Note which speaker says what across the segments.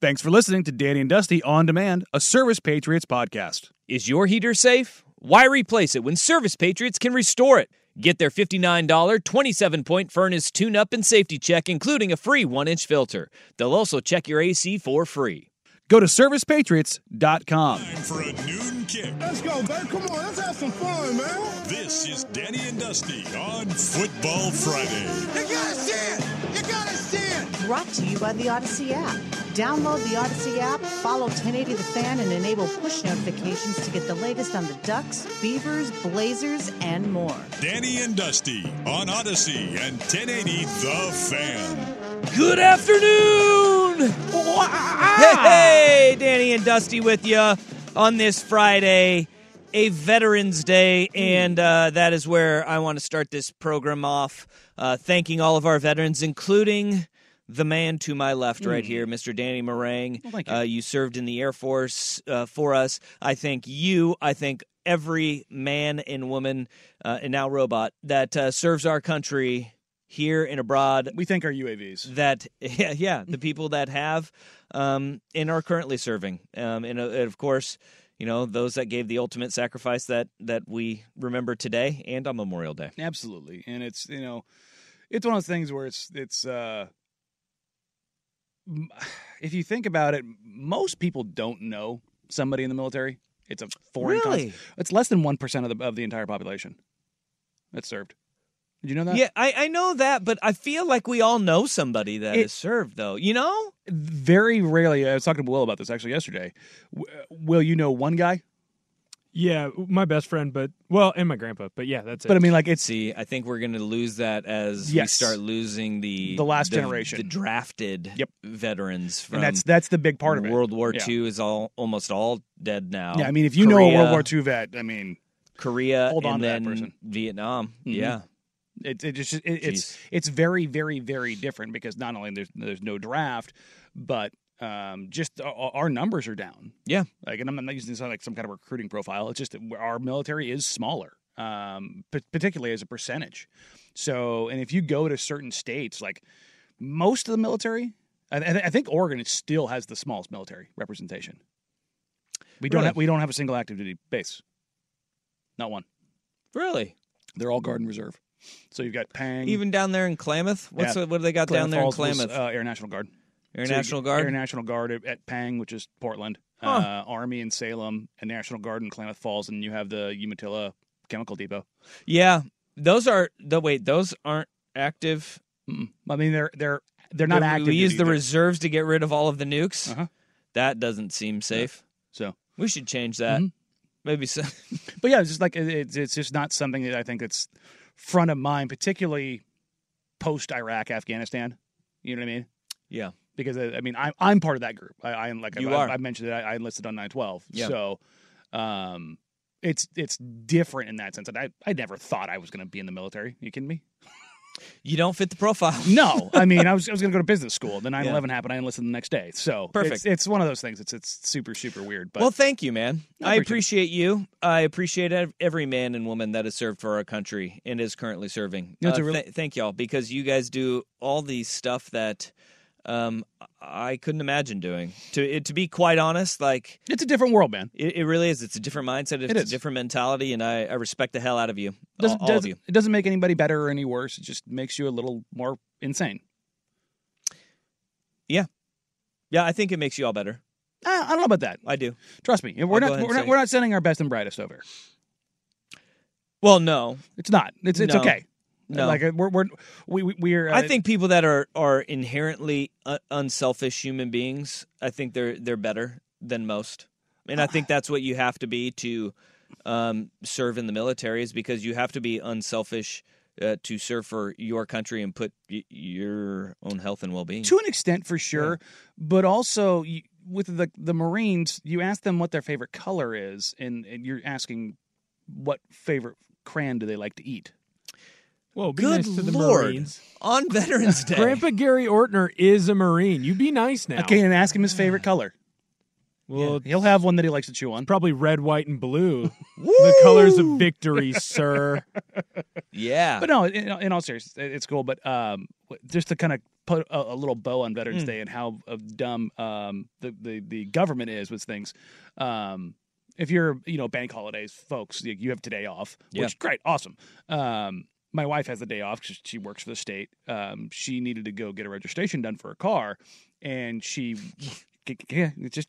Speaker 1: Thanks for listening to Danny and Dusty On Demand, a Service Patriots podcast.
Speaker 2: Is your heater safe? Why replace it when Service Patriots can restore it? Get their $59 27 point furnace tune up and safety check, including a free 1 inch filter. They'll also check your AC for free.
Speaker 1: Go to servicepatriots.com.
Speaker 3: Time for a noon kick.
Speaker 4: Let's go, babe. Come on, let's have some fun, man.
Speaker 3: This is Danny and Dusty on Football Friday.
Speaker 4: You gotta see it. You gotta see it.
Speaker 5: Brought to you by the Odyssey app. Download the Odyssey app, follow 1080 The Fan, and enable push notifications to get the latest on the Ducks, Beavers, Blazers, and more.
Speaker 3: Danny and Dusty on Odyssey and 1080 The Fan.
Speaker 2: Good afternoon! Hey, hey, Danny and Dusty with you on this Friday, a Veterans Day, and uh, that is where I want to start this program off, uh, thanking all of our veterans, including the man to my left right here, Mr. Danny Morang.
Speaker 1: Hmm. thank you.
Speaker 2: Uh, you served in the Air Force uh, for us. I thank you. I thank every man and woman, uh, and now robot, that uh, serves our country here and abroad
Speaker 1: We thank our UAVs.
Speaker 2: that yeah, yeah
Speaker 1: Mm-hmm.
Speaker 2: the people that have um, and are currently serving um, and, uh, and of course you know those that gave the ultimate sacrifice that that we remember today and on memorial day
Speaker 1: Absolutely. And it's, you know, it's one of those things where it's, it's, uh, m- if you think about it, most people don't know somebody in the military. It's a foreign cons-
Speaker 2: Really?
Speaker 1: It's less than 1% of the, of the entire population that's served. Did you know that?
Speaker 2: yeah I, I know that but i feel like we all know somebody that
Speaker 1: It-
Speaker 2: has served though you know
Speaker 1: very rarely i was talking to will about this actually yesterday W- uh, will you know one guy
Speaker 6: Yeah, my best friend, but well, and my grandpa, but yeah, that's it.
Speaker 1: but i mean like it's
Speaker 2: see i think we're gonna lose that as
Speaker 1: Yes.
Speaker 2: we start losing the
Speaker 1: The last generation.
Speaker 2: the drafted
Speaker 1: Yep.
Speaker 2: veterans from
Speaker 1: and that's that's the big part of it
Speaker 2: world war
Speaker 1: Yeah.
Speaker 2: ii is all almost all dead now
Speaker 1: yeah i mean if you know a world
Speaker 2: Korea-
Speaker 1: war ii vet i mean
Speaker 2: Korea
Speaker 1: Hold on
Speaker 2: and
Speaker 1: to that
Speaker 2: then
Speaker 1: person.
Speaker 2: Vietnam.
Speaker 1: Mhm.
Speaker 2: Yeah.
Speaker 1: it, it just it, it's
Speaker 2: Jeez.
Speaker 1: it's very very very different because not only there's there's no draft but um just our, our numbers are down
Speaker 2: Yeah.
Speaker 1: like and i'm not using this on like some kind of recruiting profile it's just that our military is smaller um pa- particularly as a percentage so and if you go to certain states like most of the military i, I I think oregon still has the smallest military representation we don't
Speaker 2: Really?
Speaker 1: have, we don't have a single active duty base not one
Speaker 2: Really?
Speaker 1: they're all guard and reserve so you've got pang
Speaker 2: Even down there in Klamath? What's
Speaker 1: Yeah.
Speaker 2: the- what do they got down there in
Speaker 1: Falls was,
Speaker 2: Klamath?
Speaker 1: uh, Air National Guard.
Speaker 2: Air
Speaker 1: So you
Speaker 2: National
Speaker 1: get
Speaker 2: Guard?
Speaker 1: Air National Guard at, at Pang, which is Portland. Uh, Army in Salem, and National Guard in Klamath Falls, and you have the Umatilla Chemical Depot.
Speaker 2: yeah. Those are the wait, those aren't active.
Speaker 1: Mm-mm. I mean, they're they're they're not
Speaker 2: We-
Speaker 1: active.
Speaker 2: We use
Speaker 1: duty,
Speaker 2: the
Speaker 1: they're-
Speaker 2: reserves to get rid of all of the nukes.
Speaker 1: Uh-huh.
Speaker 2: That doesn't seem safe.
Speaker 1: So,
Speaker 2: We should change that.
Speaker 1: Mhm.
Speaker 2: Maybe so.
Speaker 1: but yeah, it's just like it- it's it's just not something that I think that's front of mind, particularly post Iraq, Afghanistan. You know what I mean?
Speaker 2: yeah.
Speaker 1: because uh, I, I mean I'm I'm part of that group. I, I am like
Speaker 2: You
Speaker 1: I,
Speaker 2: are.
Speaker 1: I mentioned that I, I enlisted on nine twelve.
Speaker 2: Yeah.
Speaker 1: So, um, it's it's different in that sense. And I I never thought I was going to be in the military. you kidding me?
Speaker 2: You don't fit the profile.
Speaker 1: No, I mean I was I was going to go to business school. The nine
Speaker 2: Yeah.
Speaker 1: eleven happened. I enlisted the next day. So
Speaker 2: Perfect.
Speaker 1: It's, it's one of those things. It's it's super super weird. But
Speaker 2: well, thank you, man.
Speaker 1: I
Speaker 2: I
Speaker 1: appreciate
Speaker 2: appreciate you. I appreciate ev- every man and woman that has served for our country and is currently serving.
Speaker 1: No, it's a
Speaker 2: Uh,
Speaker 1: real-
Speaker 2: th- thank y'all because you guys do all the stuff that um, I couldn't imagine doing. To it, to be quite honest, like
Speaker 1: it's a different world, man.
Speaker 2: it, it really is. It's a different mindset. It's
Speaker 1: It
Speaker 2: a
Speaker 1: is.
Speaker 2: different mentality, and I, I respect the hell out of you,
Speaker 1: It
Speaker 2: all,
Speaker 1: doesn't,
Speaker 2: all of
Speaker 1: doesn't-
Speaker 2: you.
Speaker 1: it doesn't make anybody better or any worse. It just makes you a little more insane.
Speaker 2: Yeah, I think it makes you all better.
Speaker 1: Uh, I don't know about that.
Speaker 2: I do.
Speaker 1: Trust me, we're
Speaker 2: I'll go
Speaker 1: not
Speaker 2: ahead and
Speaker 1: we're,
Speaker 2: say
Speaker 1: not
Speaker 2: it.
Speaker 1: we're not sending our best and brightest over.
Speaker 2: Well, no,
Speaker 1: It's not. It's it's
Speaker 2: No.
Speaker 1: okay.
Speaker 2: No.
Speaker 1: like uh, we're we're we we- we're. Uh,
Speaker 2: I think people that are are inherently uh, unselfish human beings, I think they're they're better than most, and I think that's what you have to be to um, serve in the military is because you have to be unselfish uh, to serve for your country and put y- your own health and well being.
Speaker 1: to an extent for sure, but also you, with the the Marines, you ask them what their favorite color is, and, and you're asking what favorite crayon do they like to eat.
Speaker 3: Well, be
Speaker 2: Good
Speaker 3: nice to the
Speaker 2: lord!
Speaker 3: Marines.
Speaker 2: On Veterans Day,
Speaker 3: Grandpa Gary Ortner is a Marine. You be nice now.
Speaker 1: Okay, and ask him his favorite color.
Speaker 3: Well,
Speaker 1: He'll have one that he likes to chew on.
Speaker 3: probably red, white, and blue. the colors of victory, sir.
Speaker 2: yeah,
Speaker 3: uh,
Speaker 1: But no, in, in all seriousness, it- it's cool. But um, w- just to kind of put a, a little bow on
Speaker 2: Hmm.
Speaker 1: Veterans Day and how uh, dumb um, the, the the government is with things. Um, if you're you know bank holidays, folks, you, you have today off, which
Speaker 2: Yeah.
Speaker 1: is great, awesome. Um, my wife has the day off because she works for the state. Um, she needed to go get a registration done for her car, and she yeah, it just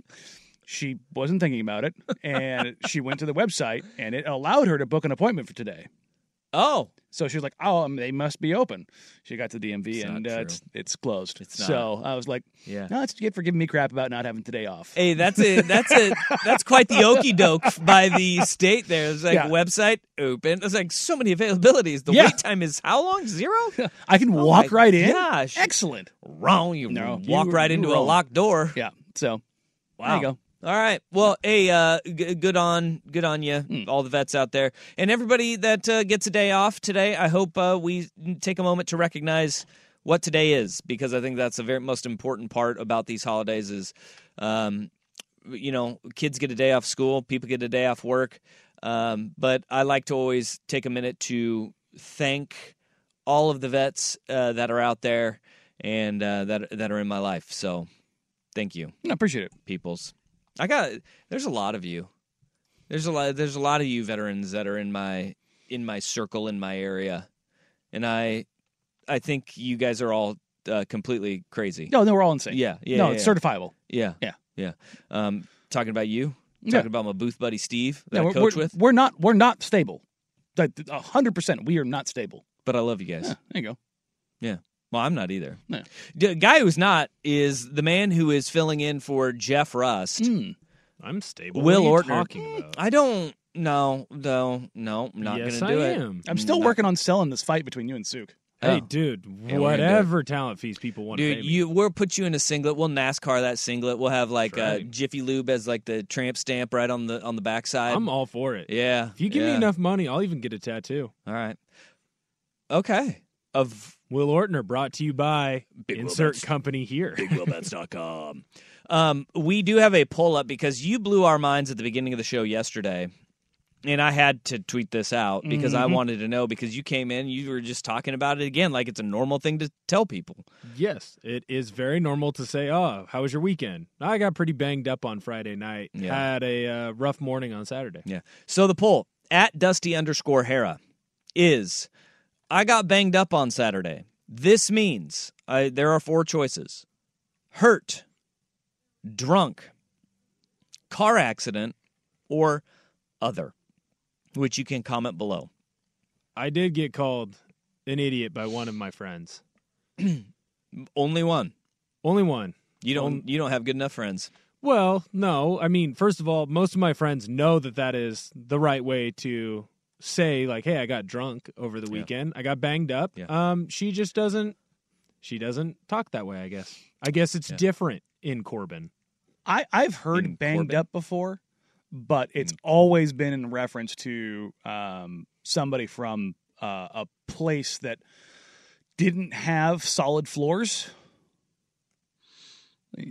Speaker 1: she wasn't thinking about it, and she went to the website, and it allowed her to book an appointment for today.
Speaker 2: oh,
Speaker 1: So she was like, "Oh, um, they must be open." She got to the DMV
Speaker 2: It's
Speaker 1: and uh,
Speaker 2: not true.
Speaker 1: it's it's closed.
Speaker 2: It's not.
Speaker 1: So I was like,
Speaker 2: yeah.
Speaker 1: "No, it's good for giving me crap about not having today off."
Speaker 2: Hey, that's a that's a that's quite the okey doke by the state. There, it's like
Speaker 1: Yeah.
Speaker 2: website open. It's like so many availabilities. The
Speaker 1: Yeah.
Speaker 2: wait time is how long? Zero.
Speaker 1: I can
Speaker 2: Oh
Speaker 1: walk
Speaker 2: my
Speaker 1: right in.
Speaker 2: gosh.
Speaker 1: Excellent.
Speaker 2: wrong. You
Speaker 1: No,
Speaker 2: walk
Speaker 1: you-
Speaker 2: right
Speaker 1: you
Speaker 2: into a
Speaker 1: wrong.
Speaker 2: locked door.
Speaker 1: Yeah. So there
Speaker 2: Wow.
Speaker 1: you go.
Speaker 2: All right. Well, hey, uh, g- good on, good on you, all the vets out there, and everybody that uh, gets a day off today. I hope uh, we take a moment to recognize what today is, because I think that's the very most important part about these holidays is, um, you know, kids get a day off school, people get a day off work, um, but I like to always take a minute to thank all of the vets uh, that are out there and uh, that that are in my life. So, thank you
Speaker 1: I appreciate it.
Speaker 2: peoples. I got there's a lot of you. There's a lot there's a lot of you veterans that are in my in my circle in my area. And I I think you guys are all uh, completely crazy.
Speaker 1: No, no, we're all insane.
Speaker 2: Yeah, yeah,
Speaker 1: No,
Speaker 2: yeah,
Speaker 1: it's
Speaker 2: yeah.
Speaker 1: certifiable.
Speaker 2: Yeah.
Speaker 1: Yeah.
Speaker 2: Yeah. Um talking about you,
Speaker 1: Yeah.
Speaker 2: talking about my booth buddy Steve that
Speaker 1: No,
Speaker 2: I
Speaker 1: we're,
Speaker 2: coach
Speaker 1: we're,
Speaker 2: with,
Speaker 1: we're not we're not stable. Like, a hundred percent, we are not stable.
Speaker 2: but I love you guys.
Speaker 1: Yeah, there you go.
Speaker 2: Well, I'm not either.
Speaker 1: No.
Speaker 2: The guy who's not is the man who is filling in for Jeff Rust.
Speaker 1: Mm.
Speaker 3: I'm stable.
Speaker 2: Will
Speaker 3: Hmm, what are you
Speaker 2: Ortner.
Speaker 3: talking about?
Speaker 2: I don't no, no, no, I'm not
Speaker 3: yes,
Speaker 2: gonna do
Speaker 3: I
Speaker 2: it.
Speaker 3: am.
Speaker 1: I'm still working on selling this fight between you and Suk.
Speaker 3: Hey,
Speaker 2: Oh.
Speaker 3: dude,
Speaker 2: do
Speaker 3: whatever talent fees people want to
Speaker 2: Dude,
Speaker 3: pay me.
Speaker 2: you we'll put you in a singlet. We'll NASCAR that singlet. We'll have like
Speaker 3: That's
Speaker 2: uh,
Speaker 3: right.
Speaker 2: Jiffy Lube as like the tramp stamp right on the on the backside.
Speaker 3: I'm all for it.
Speaker 2: yeah.
Speaker 3: If you give me
Speaker 2: yeah.
Speaker 3: enough money, I'll even get a tattoo.
Speaker 2: all right. Okay. Of
Speaker 3: Will Ortner brought to you by
Speaker 2: Big
Speaker 3: insert
Speaker 2: Robots.
Speaker 3: company here.
Speaker 2: BigWillBets.com. um, we do have a poll up because you blew our minds at the beginning of the show yesterday. And I had to tweet this out because
Speaker 3: Mm-hmm.
Speaker 2: I wanted to know because you came in, you were just talking about it again like it's a normal thing to tell people.
Speaker 3: yes, it is very normal to say, "Oh, how was your weekend?" I got pretty banged up on Friday night.
Speaker 2: Yeah.
Speaker 3: Had a uh, rough morning on Saturday.
Speaker 2: Yeah. So the poll at Dusty underscore Hera is I got banged up on Saturday. This means I, there are four choices hurt, drunk, car accident, or other, which you can comment below.
Speaker 3: I did get called an idiot by one of my friends.
Speaker 2: Only one.
Speaker 3: Only one.
Speaker 2: You
Speaker 1: Um,
Speaker 2: don't you don't have good enough friends.
Speaker 3: Well, no. I mean, first of all, most of my friends know that that is the right way to say, like, "Hey, I got drunk over the weekend. I got banged up."
Speaker 2: Yeah.
Speaker 3: Um, she just doesn't. She doesn't talk that way. I guess. I guess it's different in Corbin.
Speaker 1: I, I've heard
Speaker 2: In
Speaker 1: banged
Speaker 2: Corbin?
Speaker 1: up before, but it's always been in reference to um, somebody from uh, a place that didn't have solid floors.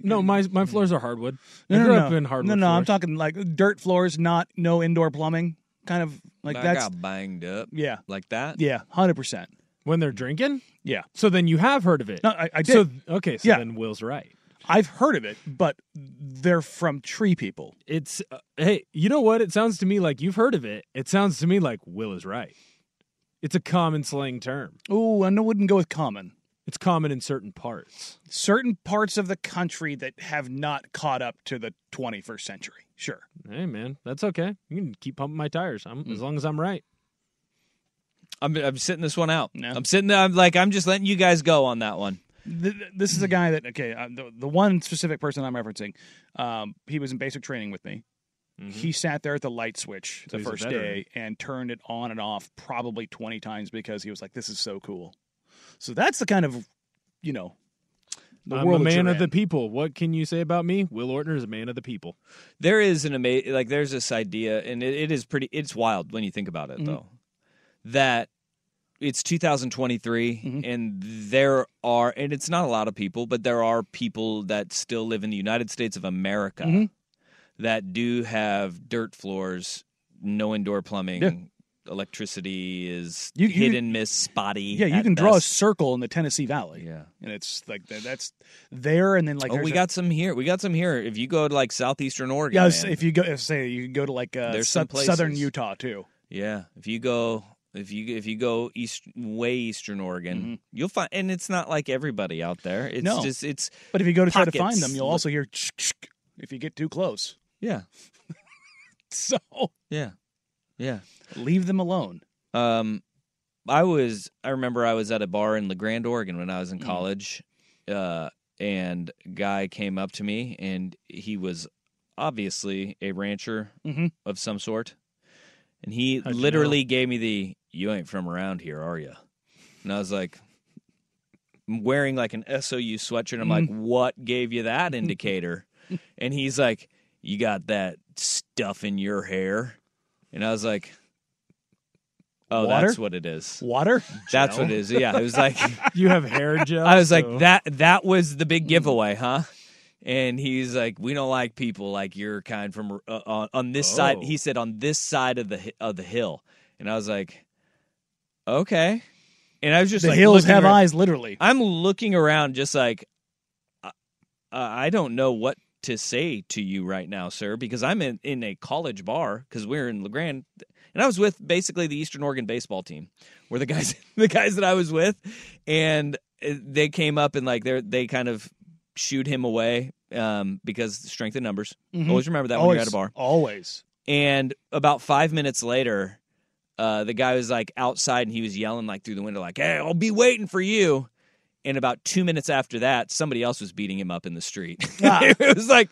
Speaker 3: No, my my floors are hardwood. I
Speaker 1: Mm-hmm. no,
Speaker 3: grew
Speaker 1: no,
Speaker 3: up
Speaker 1: no.
Speaker 3: in hardwood.
Speaker 1: No, no, I'm
Speaker 3: floors.
Speaker 1: talking like dirt floors, not no indoor plumbing, kind of like
Speaker 2: I
Speaker 1: that's
Speaker 2: got banged up
Speaker 1: yeah,
Speaker 2: like that.
Speaker 1: yeah, hundred percent,
Speaker 3: when they're drinking.
Speaker 1: yeah.
Speaker 3: So then you have heard of it.
Speaker 1: No, I, I did.
Speaker 3: so okay, so
Speaker 1: Yeah.
Speaker 3: then Will's right.
Speaker 1: I've heard of it, but they're from tree people.
Speaker 3: It's uh, hey, you know what? It sounds to me like you've heard of it. It sounds to me like Will is right. It's a common slang term.
Speaker 1: Oh, I know- wouldn't go with common. it's common in certain parts.
Speaker 3: Certain parts of the country that have not caught up to the 21st century. Sure.
Speaker 1: Hey man, that's okay. You can keep pumping my tires. I'm,
Speaker 3: Hmm.
Speaker 1: as long as I'm right.
Speaker 2: I'm, I'm sitting this one out.
Speaker 3: No.
Speaker 2: I'm sitting there. I'm like, I'm just letting you guys go on that one.
Speaker 3: Th- th- this is a guy that okay uh, the, the one specific person i'm referencing um, he was in basic training with me he sat there at the light switch
Speaker 1: Mm-hmm. So
Speaker 3: the
Speaker 1: he's a
Speaker 3: first
Speaker 1: veteran.
Speaker 3: day and turned it on and off probably 20 times because he was like this is so cool so that's the kind of you know the
Speaker 1: I'm
Speaker 3: world
Speaker 1: a
Speaker 3: that
Speaker 1: man
Speaker 3: you're
Speaker 1: of the
Speaker 3: in.
Speaker 1: people. What can you say about me? Will Ortner is a man of the people.
Speaker 2: There is an amazing, like, there's this idea, and it, it is pretty, it's wild when you think about it,
Speaker 3: Mm-hmm.
Speaker 2: though, that it's 2023,
Speaker 3: Mm-hmm.
Speaker 2: and there are, and it's not a lot of people, but there are people that still live in the United States of America
Speaker 3: Mm-hmm.
Speaker 2: that do have dirt floors, no indoor plumbing.
Speaker 3: Yeah.
Speaker 2: Electricity is
Speaker 3: You- you-
Speaker 2: hit and miss, spotty.
Speaker 3: yeah you
Speaker 2: at
Speaker 3: can draw a
Speaker 2: best.
Speaker 3: circle in the tennessee valley
Speaker 2: Yeah.
Speaker 3: and it's like th- that's there and then like
Speaker 2: oh,
Speaker 3: there's
Speaker 2: we
Speaker 3: a-
Speaker 2: got some here. We got some here. If you go to like southeastern Oregon,
Speaker 3: yeah, s-
Speaker 2: man.
Speaker 3: if you go, if, say you can go to like uh,
Speaker 2: There's
Speaker 3: sou-
Speaker 2: some
Speaker 3: southern
Speaker 2: places.
Speaker 3: Utah too.
Speaker 2: Yeah, if you go if you if you go east way eastern Oregon, you'll find and it's not like everybody out there. It's
Speaker 3: No.
Speaker 2: just it's
Speaker 3: But if you go to try to find
Speaker 2: Pockets.
Speaker 3: them, you'll also hear if you get too close.
Speaker 2: yeah,
Speaker 3: So
Speaker 2: yeah. Yeah.
Speaker 3: leave them alone.
Speaker 2: Um I was I remember I was at a bar in LeGrand, Oregon when I was
Speaker 1: Mm.
Speaker 2: in college. Uh and a guy came up to me and he was obviously a rancher
Speaker 3: Mhm.
Speaker 2: of some sort. And he
Speaker 1: Mm-hmm. How'd you
Speaker 2: literally gave me the you ain't from around here, are you? And I was like I'm wearing like an SOU sweatshirt. I'm
Speaker 1: Mm.
Speaker 2: like, "What gave you that indicator?" and he's like, "You got that stuff in your hair." And I was like, Oh,
Speaker 3: Water?
Speaker 2: that's what it is.
Speaker 3: Water?
Speaker 2: That's what it is. Yeah, it was like
Speaker 1: You have hair gel.
Speaker 2: I was like
Speaker 1: so-
Speaker 2: that. That was the
Speaker 3: Hmm.
Speaker 2: big giveaway, huh? And he's like, we don't like people like your kind from uh, on, on this side.
Speaker 1: Oh.
Speaker 2: He said on this side of the hi- of the hill, and I was like, okay. And I was just
Speaker 3: the
Speaker 2: like,
Speaker 3: hills
Speaker 2: looking
Speaker 3: have
Speaker 2: around-
Speaker 3: eyes, literally.
Speaker 2: I'm looking around, just like I- uh, I don't know what to say to you right now, sir, because I'm in, in a college bar because we're in Legrand, and I was with basically the Eastern Oregon baseball team, were the guys the guys that I was with, and uh, they came up and like they they kind of shooed him away um, because strength in numbers. Always remember that when
Speaker 3: always,
Speaker 2: you're at a bar.
Speaker 3: Always.
Speaker 2: And about five minutes later, uh, the guy was like outside and he was yelling like through the window, like, "Hey, I'll be waiting for you." And about two minutes after that, somebody else was beating him up in the street.
Speaker 3: Ah.
Speaker 2: it was like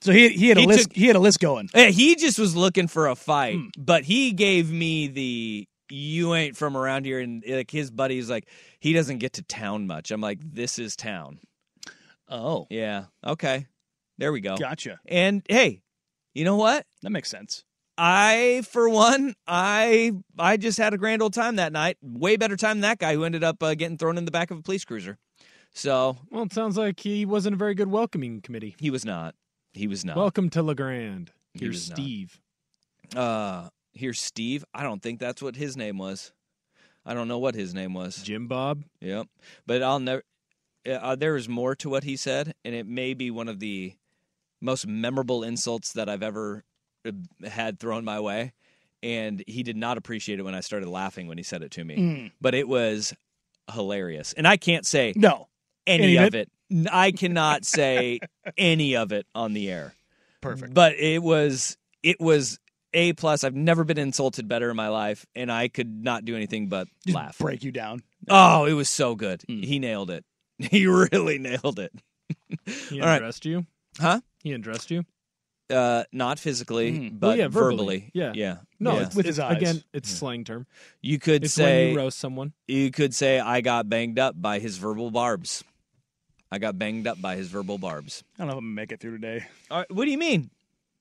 Speaker 3: So he he had a
Speaker 2: He
Speaker 3: list.
Speaker 2: took-
Speaker 3: he had a list going. Hmm.
Speaker 2: eh, he just was looking for a fight, but he gave me the "you ain't from around here." And like his buddy's like, he doesn't get to town much. I'm like, this is town.
Speaker 3: Oh,
Speaker 2: Yeah, okay, there we go.
Speaker 3: gotcha.
Speaker 2: And hey, you know what?
Speaker 3: That makes sense.
Speaker 2: I, for one, I I just had a grand old time that night. Way better time than that guy who ended up uh, getting thrown in the back of a police cruiser. So
Speaker 1: Well, it sounds like he wasn't a very good welcoming committee.
Speaker 2: he was not. He was not.
Speaker 1: Welcome to Legrand.
Speaker 2: He
Speaker 1: Here's
Speaker 2: was not.
Speaker 1: Steve.
Speaker 2: uh, here's Steve. I don't think that's what his name was. I don't know what his name was.
Speaker 1: Jim Bob.
Speaker 2: Yep. But I'll never. Uh, there is more to what he said, and it may be one of the most memorable insults that I've ever uh, had thrown my way. And he did not appreciate it when I started laughing when he said it to me.
Speaker 3: Mm.
Speaker 2: But it was hilarious, and I can't say
Speaker 3: No,
Speaker 2: any,
Speaker 3: Any
Speaker 2: of
Speaker 3: of
Speaker 2: it. N- I cannot say any of it on the air.
Speaker 3: perfect.
Speaker 2: But it was it was a plus. I've never been insulted better in my life, and I could not do anything but
Speaker 3: Just
Speaker 2: laugh.
Speaker 3: break you down. Mm.
Speaker 2: Oh, it was so good. He nailed it. He really nailed it.
Speaker 1: He
Speaker 2: All right.
Speaker 1: undressed you.
Speaker 2: Huh?
Speaker 1: He undressed you. Mm-hmm.
Speaker 2: Uh, not physically, but
Speaker 1: Mm. Well, yeah, verbally.
Speaker 2: verbally.
Speaker 1: Yeah.
Speaker 2: yeah.
Speaker 1: No,
Speaker 2: yeah.
Speaker 1: it's, with
Speaker 3: his
Speaker 1: his
Speaker 3: eyes.
Speaker 1: eyes. Again, it's slang term.
Speaker 2: you could
Speaker 1: It's
Speaker 2: say
Speaker 1: when you roast someone.
Speaker 2: you could say I got banged up by his verbal barbs. I got banged up by his verbal barbs.
Speaker 3: I don't know if I'm gonna make it through today
Speaker 2: All right, what do you mean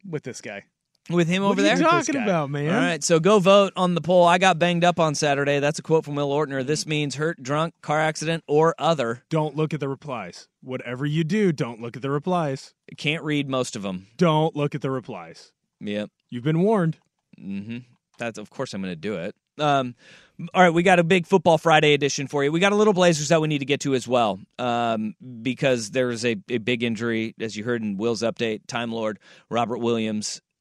Speaker 3: with this guy.
Speaker 2: with him over there?
Speaker 3: talking about,
Speaker 1: man?
Speaker 2: All right, so go vote on the poll. I got banged up on Saturday. That's a quote from Will Ortner. This means hurt, drunk, car accident, or other.
Speaker 1: Don't look at the replies. Whatever you do, don't look at the replies.
Speaker 2: Can't read most of them.
Speaker 1: Don't look at the replies.
Speaker 2: Yep.
Speaker 1: You've been warned.
Speaker 2: Mm-hmm. That's of course I'm going to do it. Um, all right, we got a big Football Friday edition for you. We got a little Blazers that we need to get to as well, um, because there was a, a big injury, as you heard in Will's update. Time Lord Robert Williams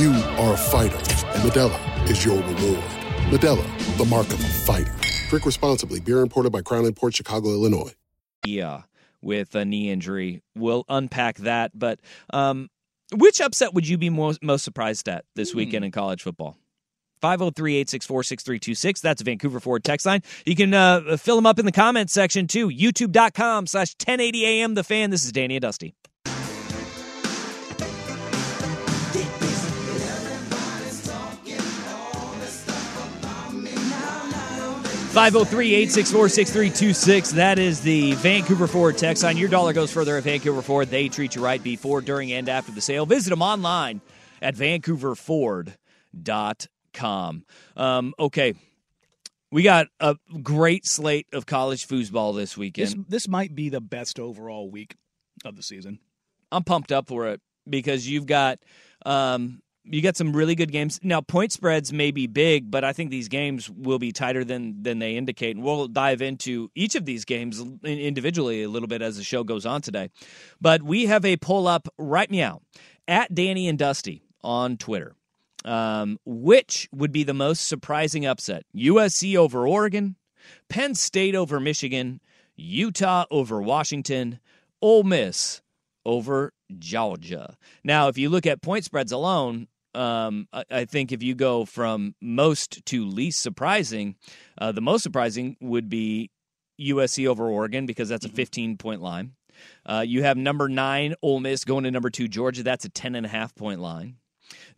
Speaker 4: You are a fighter, and Medella is your reward. Medella, the mark of a fighter. Drink responsibly. Beer imported by Crown Port Chicago, Illinois.
Speaker 2: Yeah, with a knee injury. We'll unpack that. But um, which upset would you be most, most surprised at this weekend in college football? 503-864-6326. That's a Vancouver Ford text line. You can uh, fill them up in the comments section, too. YouTube.com slash 1080 AM The Fan. This is Danny and Dusty. Five zero three eight six four six three two six. That is the Vancouver Ford text line. Your dollar goes further at Vancouver Ford. They treat you right before, during, and after the sale. Visit them online at vancouverford.com. Um, okay. We got a great slate of college foosball this weekend.
Speaker 1: This, this might be the best overall week of the season.
Speaker 2: I'm pumped up for it because you've got um, you got some really good games. Now point spreads may be big, but I think these games will be tighter than than they indicate, and we'll dive into each of these games individually a little bit as the show goes on today. But we have a poll up right meow at Danny and Dusty on Twitter. Um, which would be the most surprising upset? USC over Oregon, Penn State over Michigan, Utah over Washington, Ole Miss over Georgia. Now, if you look at point spreads alone, um, I, I think if you go from most to least surprising, uh, the most surprising would be USC over Oregon because that's a 15 point line. Uh, you have number nine Ole Miss going to number two Georgia. That's a 10 and a half point line.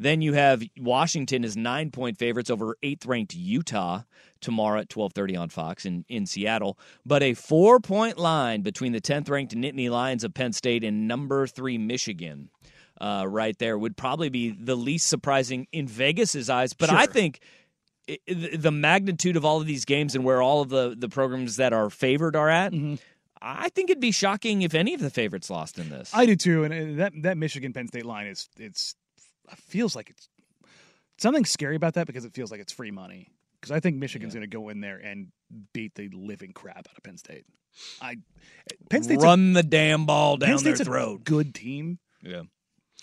Speaker 2: Then you have Washington as nine point favorites over eighth ranked Utah tomorrow at twelve thirty on Fox in, in Seattle. But a four point line between the tenth ranked Nittany Lions of Penn State and number three Michigan, uh, right there would probably be the least surprising in Vegas's eyes. But
Speaker 7: Sure.
Speaker 2: I think it- it, the magnitude of all of these games and where all of the the programs that are favored are at.
Speaker 1: Mm-hmm.
Speaker 2: I think it'd be shocking if any of the favorites lost in this.
Speaker 1: I do too, and, and that that Michigan Penn State line is it's it feels like it's something scary about that because it feels like it's free money. Because I think Michigan's going to go in there and beat the living crap out of Penn State. I Penn State's a-
Speaker 2: Run the damn ball
Speaker 1: Penn
Speaker 2: down their
Speaker 1: State's a
Speaker 2: throat.
Speaker 1: good team.
Speaker 2: Yeah.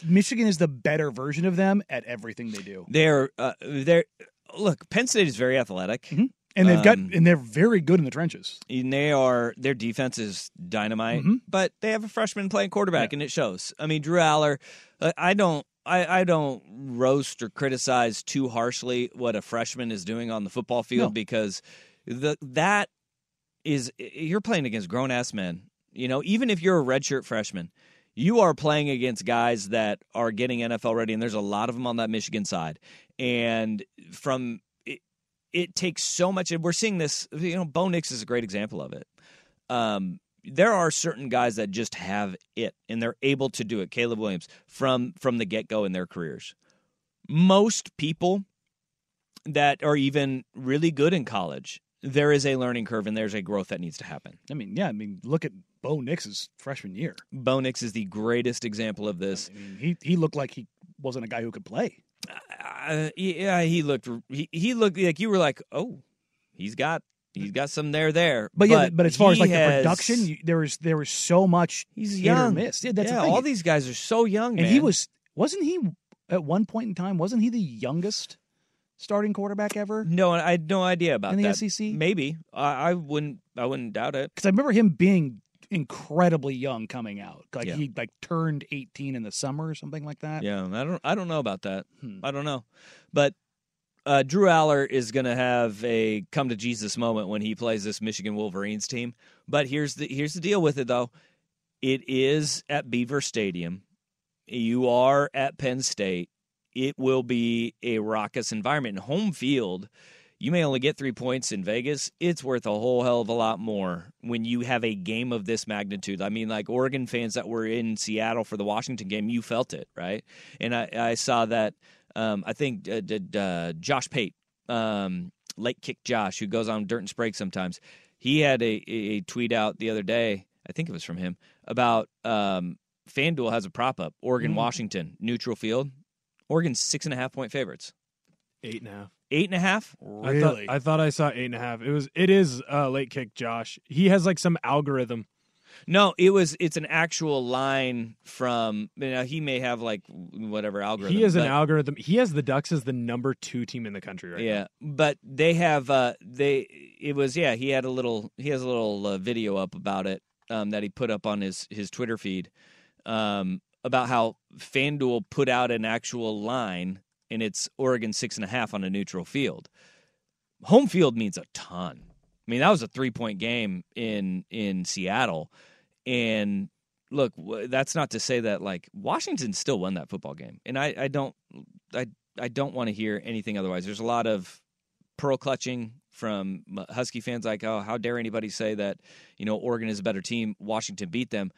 Speaker 1: Michigan is the better version of them at everything they do,
Speaker 2: They're uh, they're look. Penn State is very athletic,
Speaker 1: and they've got
Speaker 2: Um,
Speaker 1: and they're very good in the trenches.
Speaker 2: and they are their defense is dynamite.
Speaker 1: Mhm.
Speaker 2: But they have a freshman playing quarterback, and it shows. I mean, Drew Aller. Uh, I don't. I, I don't roast or criticize too harshly what a freshman is doing on the football field
Speaker 1: No.
Speaker 2: because the that is you're playing against grown ass men. You know, even if you're a redshirt freshman, you are playing against guys that are getting NFL ready, and there's a lot of them on that Michigan side. And from it, it takes so much, and we're seeing this. You know, Bo Nix is a great example of it. Um, there are certain guys that just have it, and they're able to do it. Caleb Williams from from the get go in their careers. Most people that are even really good in college, there is a learning curve and there's a growth that needs to happen.
Speaker 1: I mean, yeah, I mean, look at Bo Nix's freshman year.
Speaker 2: Bo Nix is the greatest example of this.
Speaker 1: I mean, he he looked like he wasn't a guy who could play.
Speaker 2: Uh, yeah, he looked. He, he looked like you were like, oh, he's got he's got some there there.
Speaker 1: But yeah, but, as far as
Speaker 2: he
Speaker 1: like the
Speaker 2: has-
Speaker 1: production, you, there was there was so much
Speaker 2: he's
Speaker 1: hit
Speaker 2: young.
Speaker 1: or miss. Yeah, that's
Speaker 2: yeah
Speaker 1: the thing.
Speaker 2: all these guys are so young.
Speaker 1: and he
Speaker 2: man.
Speaker 1: was wasn't he at one point in time wasn't he the youngest starting quarterback ever?
Speaker 2: No, I had no idea about
Speaker 1: In the E
Speaker 2: that.
Speaker 1: SEC?
Speaker 2: Maybe I, I wouldn't. I wouldn't doubt it.
Speaker 1: Because I remember him being incredibly young coming out. Like
Speaker 2: Yeah.
Speaker 1: he like turned eighteen in the summer or something like that. Hmm.
Speaker 2: Yeah, I don't. I don't know about that. I don't know, but uh, Drew Aller is going to have a come to Jesus moment when he plays this Michigan Wolverines team. But here's the here's the deal with it though. It is at Beaver Stadium. You are at Penn State. It will be a raucous environment. And home field, you may only get three points in Vegas. It's worth a whole hell of a lot more when you have a game of this magnitude. I mean, like Oregon fans that were in Seattle for the Washington game, you felt it, right? And I, I saw that. Um, I think uh, did, uh, Josh Pate, um, late kick Josh, who goes on Dirt and Sprague sometimes. He had a, a a tweet out the other day. I think it was from him about um, FanDuel has a prop up Oregon Washington neutral field. Oregon's six and a half point favorites.
Speaker 3: Eight and a half.
Speaker 2: Eight and a half.
Speaker 3: I thought, I thought I saw eight and a half. It was. It is uh, late kick. Josh. He has like some algorithm.
Speaker 2: No, it was. It's an actual line from. You know, he may have like whatever algorithm.
Speaker 3: he has an
Speaker 2: but-
Speaker 3: algorithm. He has the Ducks as the number two team in the country right
Speaker 2: yeah but they have uh they it was yeah he had a little he has a little uh, video up about it um that he put up on his his twitter feed um about how fanduel put out an actual line and it's oregon six and a half on a neutral field home field means a ton i mean that was a three point game in in seattle and look w- that's not to say that like washington still won that football game and i i don't i i don't want to hear anything otherwise there's a lot of pearl clutching from m- husky fans like oh how dare anybody say that you know oregon is a better team washington beat them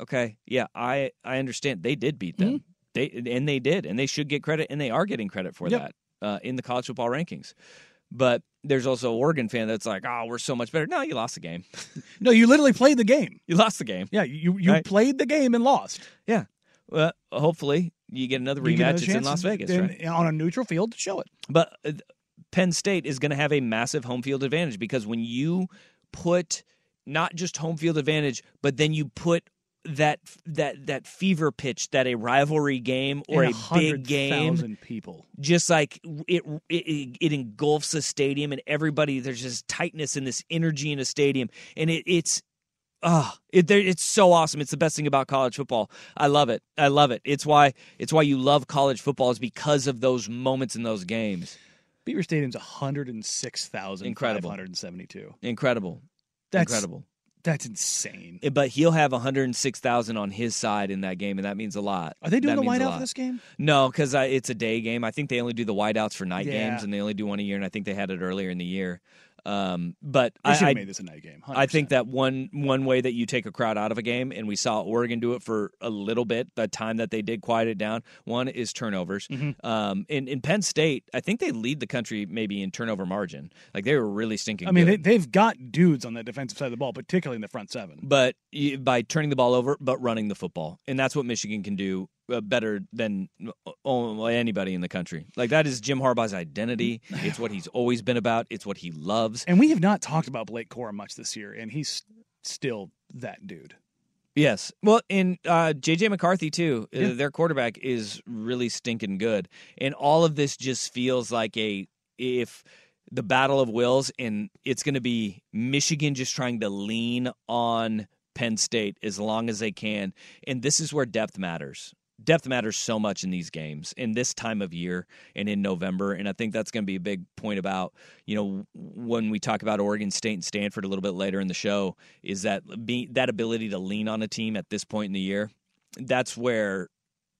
Speaker 2: okay yeah i i understand they did beat
Speaker 1: Mm-hmm.
Speaker 2: them they and they did and they should get credit and they are getting credit for
Speaker 1: Yep.
Speaker 2: that uh, in the college football rankings but there's also an Oregon fan that's like, oh, we're so much better. No, you lost the game.
Speaker 1: No, you literally played the game.
Speaker 2: You lost the game.
Speaker 1: Yeah, you you
Speaker 2: Right.
Speaker 1: played the game and lost.
Speaker 2: Yeah. Well, hopefully you get another
Speaker 1: You get
Speaker 2: rematch.
Speaker 1: another
Speaker 2: It's in
Speaker 1: chance
Speaker 2: Las Vegas,
Speaker 1: in-
Speaker 2: right?
Speaker 1: On a neutral field to show it.
Speaker 2: But uh, Penn State is going to have a massive home field advantage because when you put not just home field advantage, but then you put that that that fever pitch that a rivalry game or
Speaker 1: And
Speaker 2: a big game
Speaker 1: 100,000 people.
Speaker 2: just like it, it it engulfs a stadium and everybody there's just tightness and this energy in a stadium and it, it's ah it, there- it's so awesome it's the best thing about college football i love it i love it it's why it's why you love college football is because of those moments in those games
Speaker 1: Beaver Stadium's 106,000.
Speaker 2: Incredible.
Speaker 1: 572.
Speaker 2: incredible
Speaker 1: That's-
Speaker 2: incredible
Speaker 1: That's insane.
Speaker 2: Eh, but he'll have 106,000 on his side in that game, and that means a lot.
Speaker 1: Are they doing
Speaker 2: That
Speaker 1: the
Speaker 2: means a
Speaker 1: whiteout
Speaker 2: lot.
Speaker 1: for this game?
Speaker 2: No, because it's a day game. I think they only do the whiteouts for night
Speaker 1: Yeah.
Speaker 2: games, and they only do one a year. And I think they had it earlier in the year. Um, but
Speaker 1: They
Speaker 2: I,
Speaker 1: should
Speaker 2: I-
Speaker 1: have made this a night game.
Speaker 2: I think that one one way that you take a crowd out of a game, and we saw Oregon do it for a little bit. The time that they did quiet it down, one is turnovers.
Speaker 1: Mhm.
Speaker 2: Um, in in Penn State, I think they lead the country maybe in turnover margin. Like they were really stinking.
Speaker 1: I mean,
Speaker 2: good.
Speaker 1: they, they've got dudes on that defensive side of the ball, particularly in the front seven.
Speaker 2: but you- by turning the ball over, but running the football, and that's what Michigan can do uh, better than almost anybody in the country. Like that is Jim Harbaugh's identity. It's what he's always been about. It's what he loves.
Speaker 1: And we have not talked about Blake Corum much this year, and he's still that dude.
Speaker 2: Yes. Well, and uh, JJ McCarthy too. uh,
Speaker 1: Yeah.
Speaker 2: Their quarterback is really stinking good, and all of this just feels like a if the battle of wills, and it's going to be Michigan just trying to lean on Penn State as long as they can, and this is where depth matters. Depth matters so much in these games, in this time of year, and in November, and I think that's going to be a big point about you know when we talk about Oregon State and Stanford a little bit later in the show is that be, that ability to lean on a team at this point in the year that's where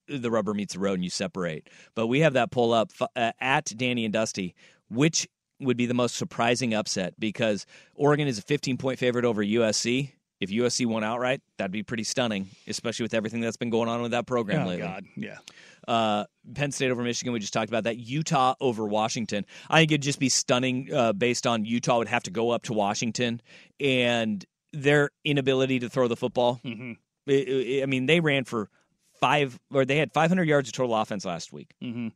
Speaker 2: the rubber meets the road and you separate but we have that pull up f- uh, at Danny and Dusty which would be the most surprising upset because Oregon is a 15 point favorite over USC if USC won outright that'd be pretty stunning especially with everything that's been going on with that program
Speaker 1: Oh,
Speaker 2: lately
Speaker 1: God. Yeah.
Speaker 2: uh, Penn State over Michigan. We just talked about that. Utah over Washington. I think it'd just be stunning uh, based on Utah would have to go up to Washington and their inability to throw the football.
Speaker 1: Mhm.
Speaker 2: I- I- I mean, they ran for five or they had 500 yards of total offense last week.
Speaker 1: Mm-hmm.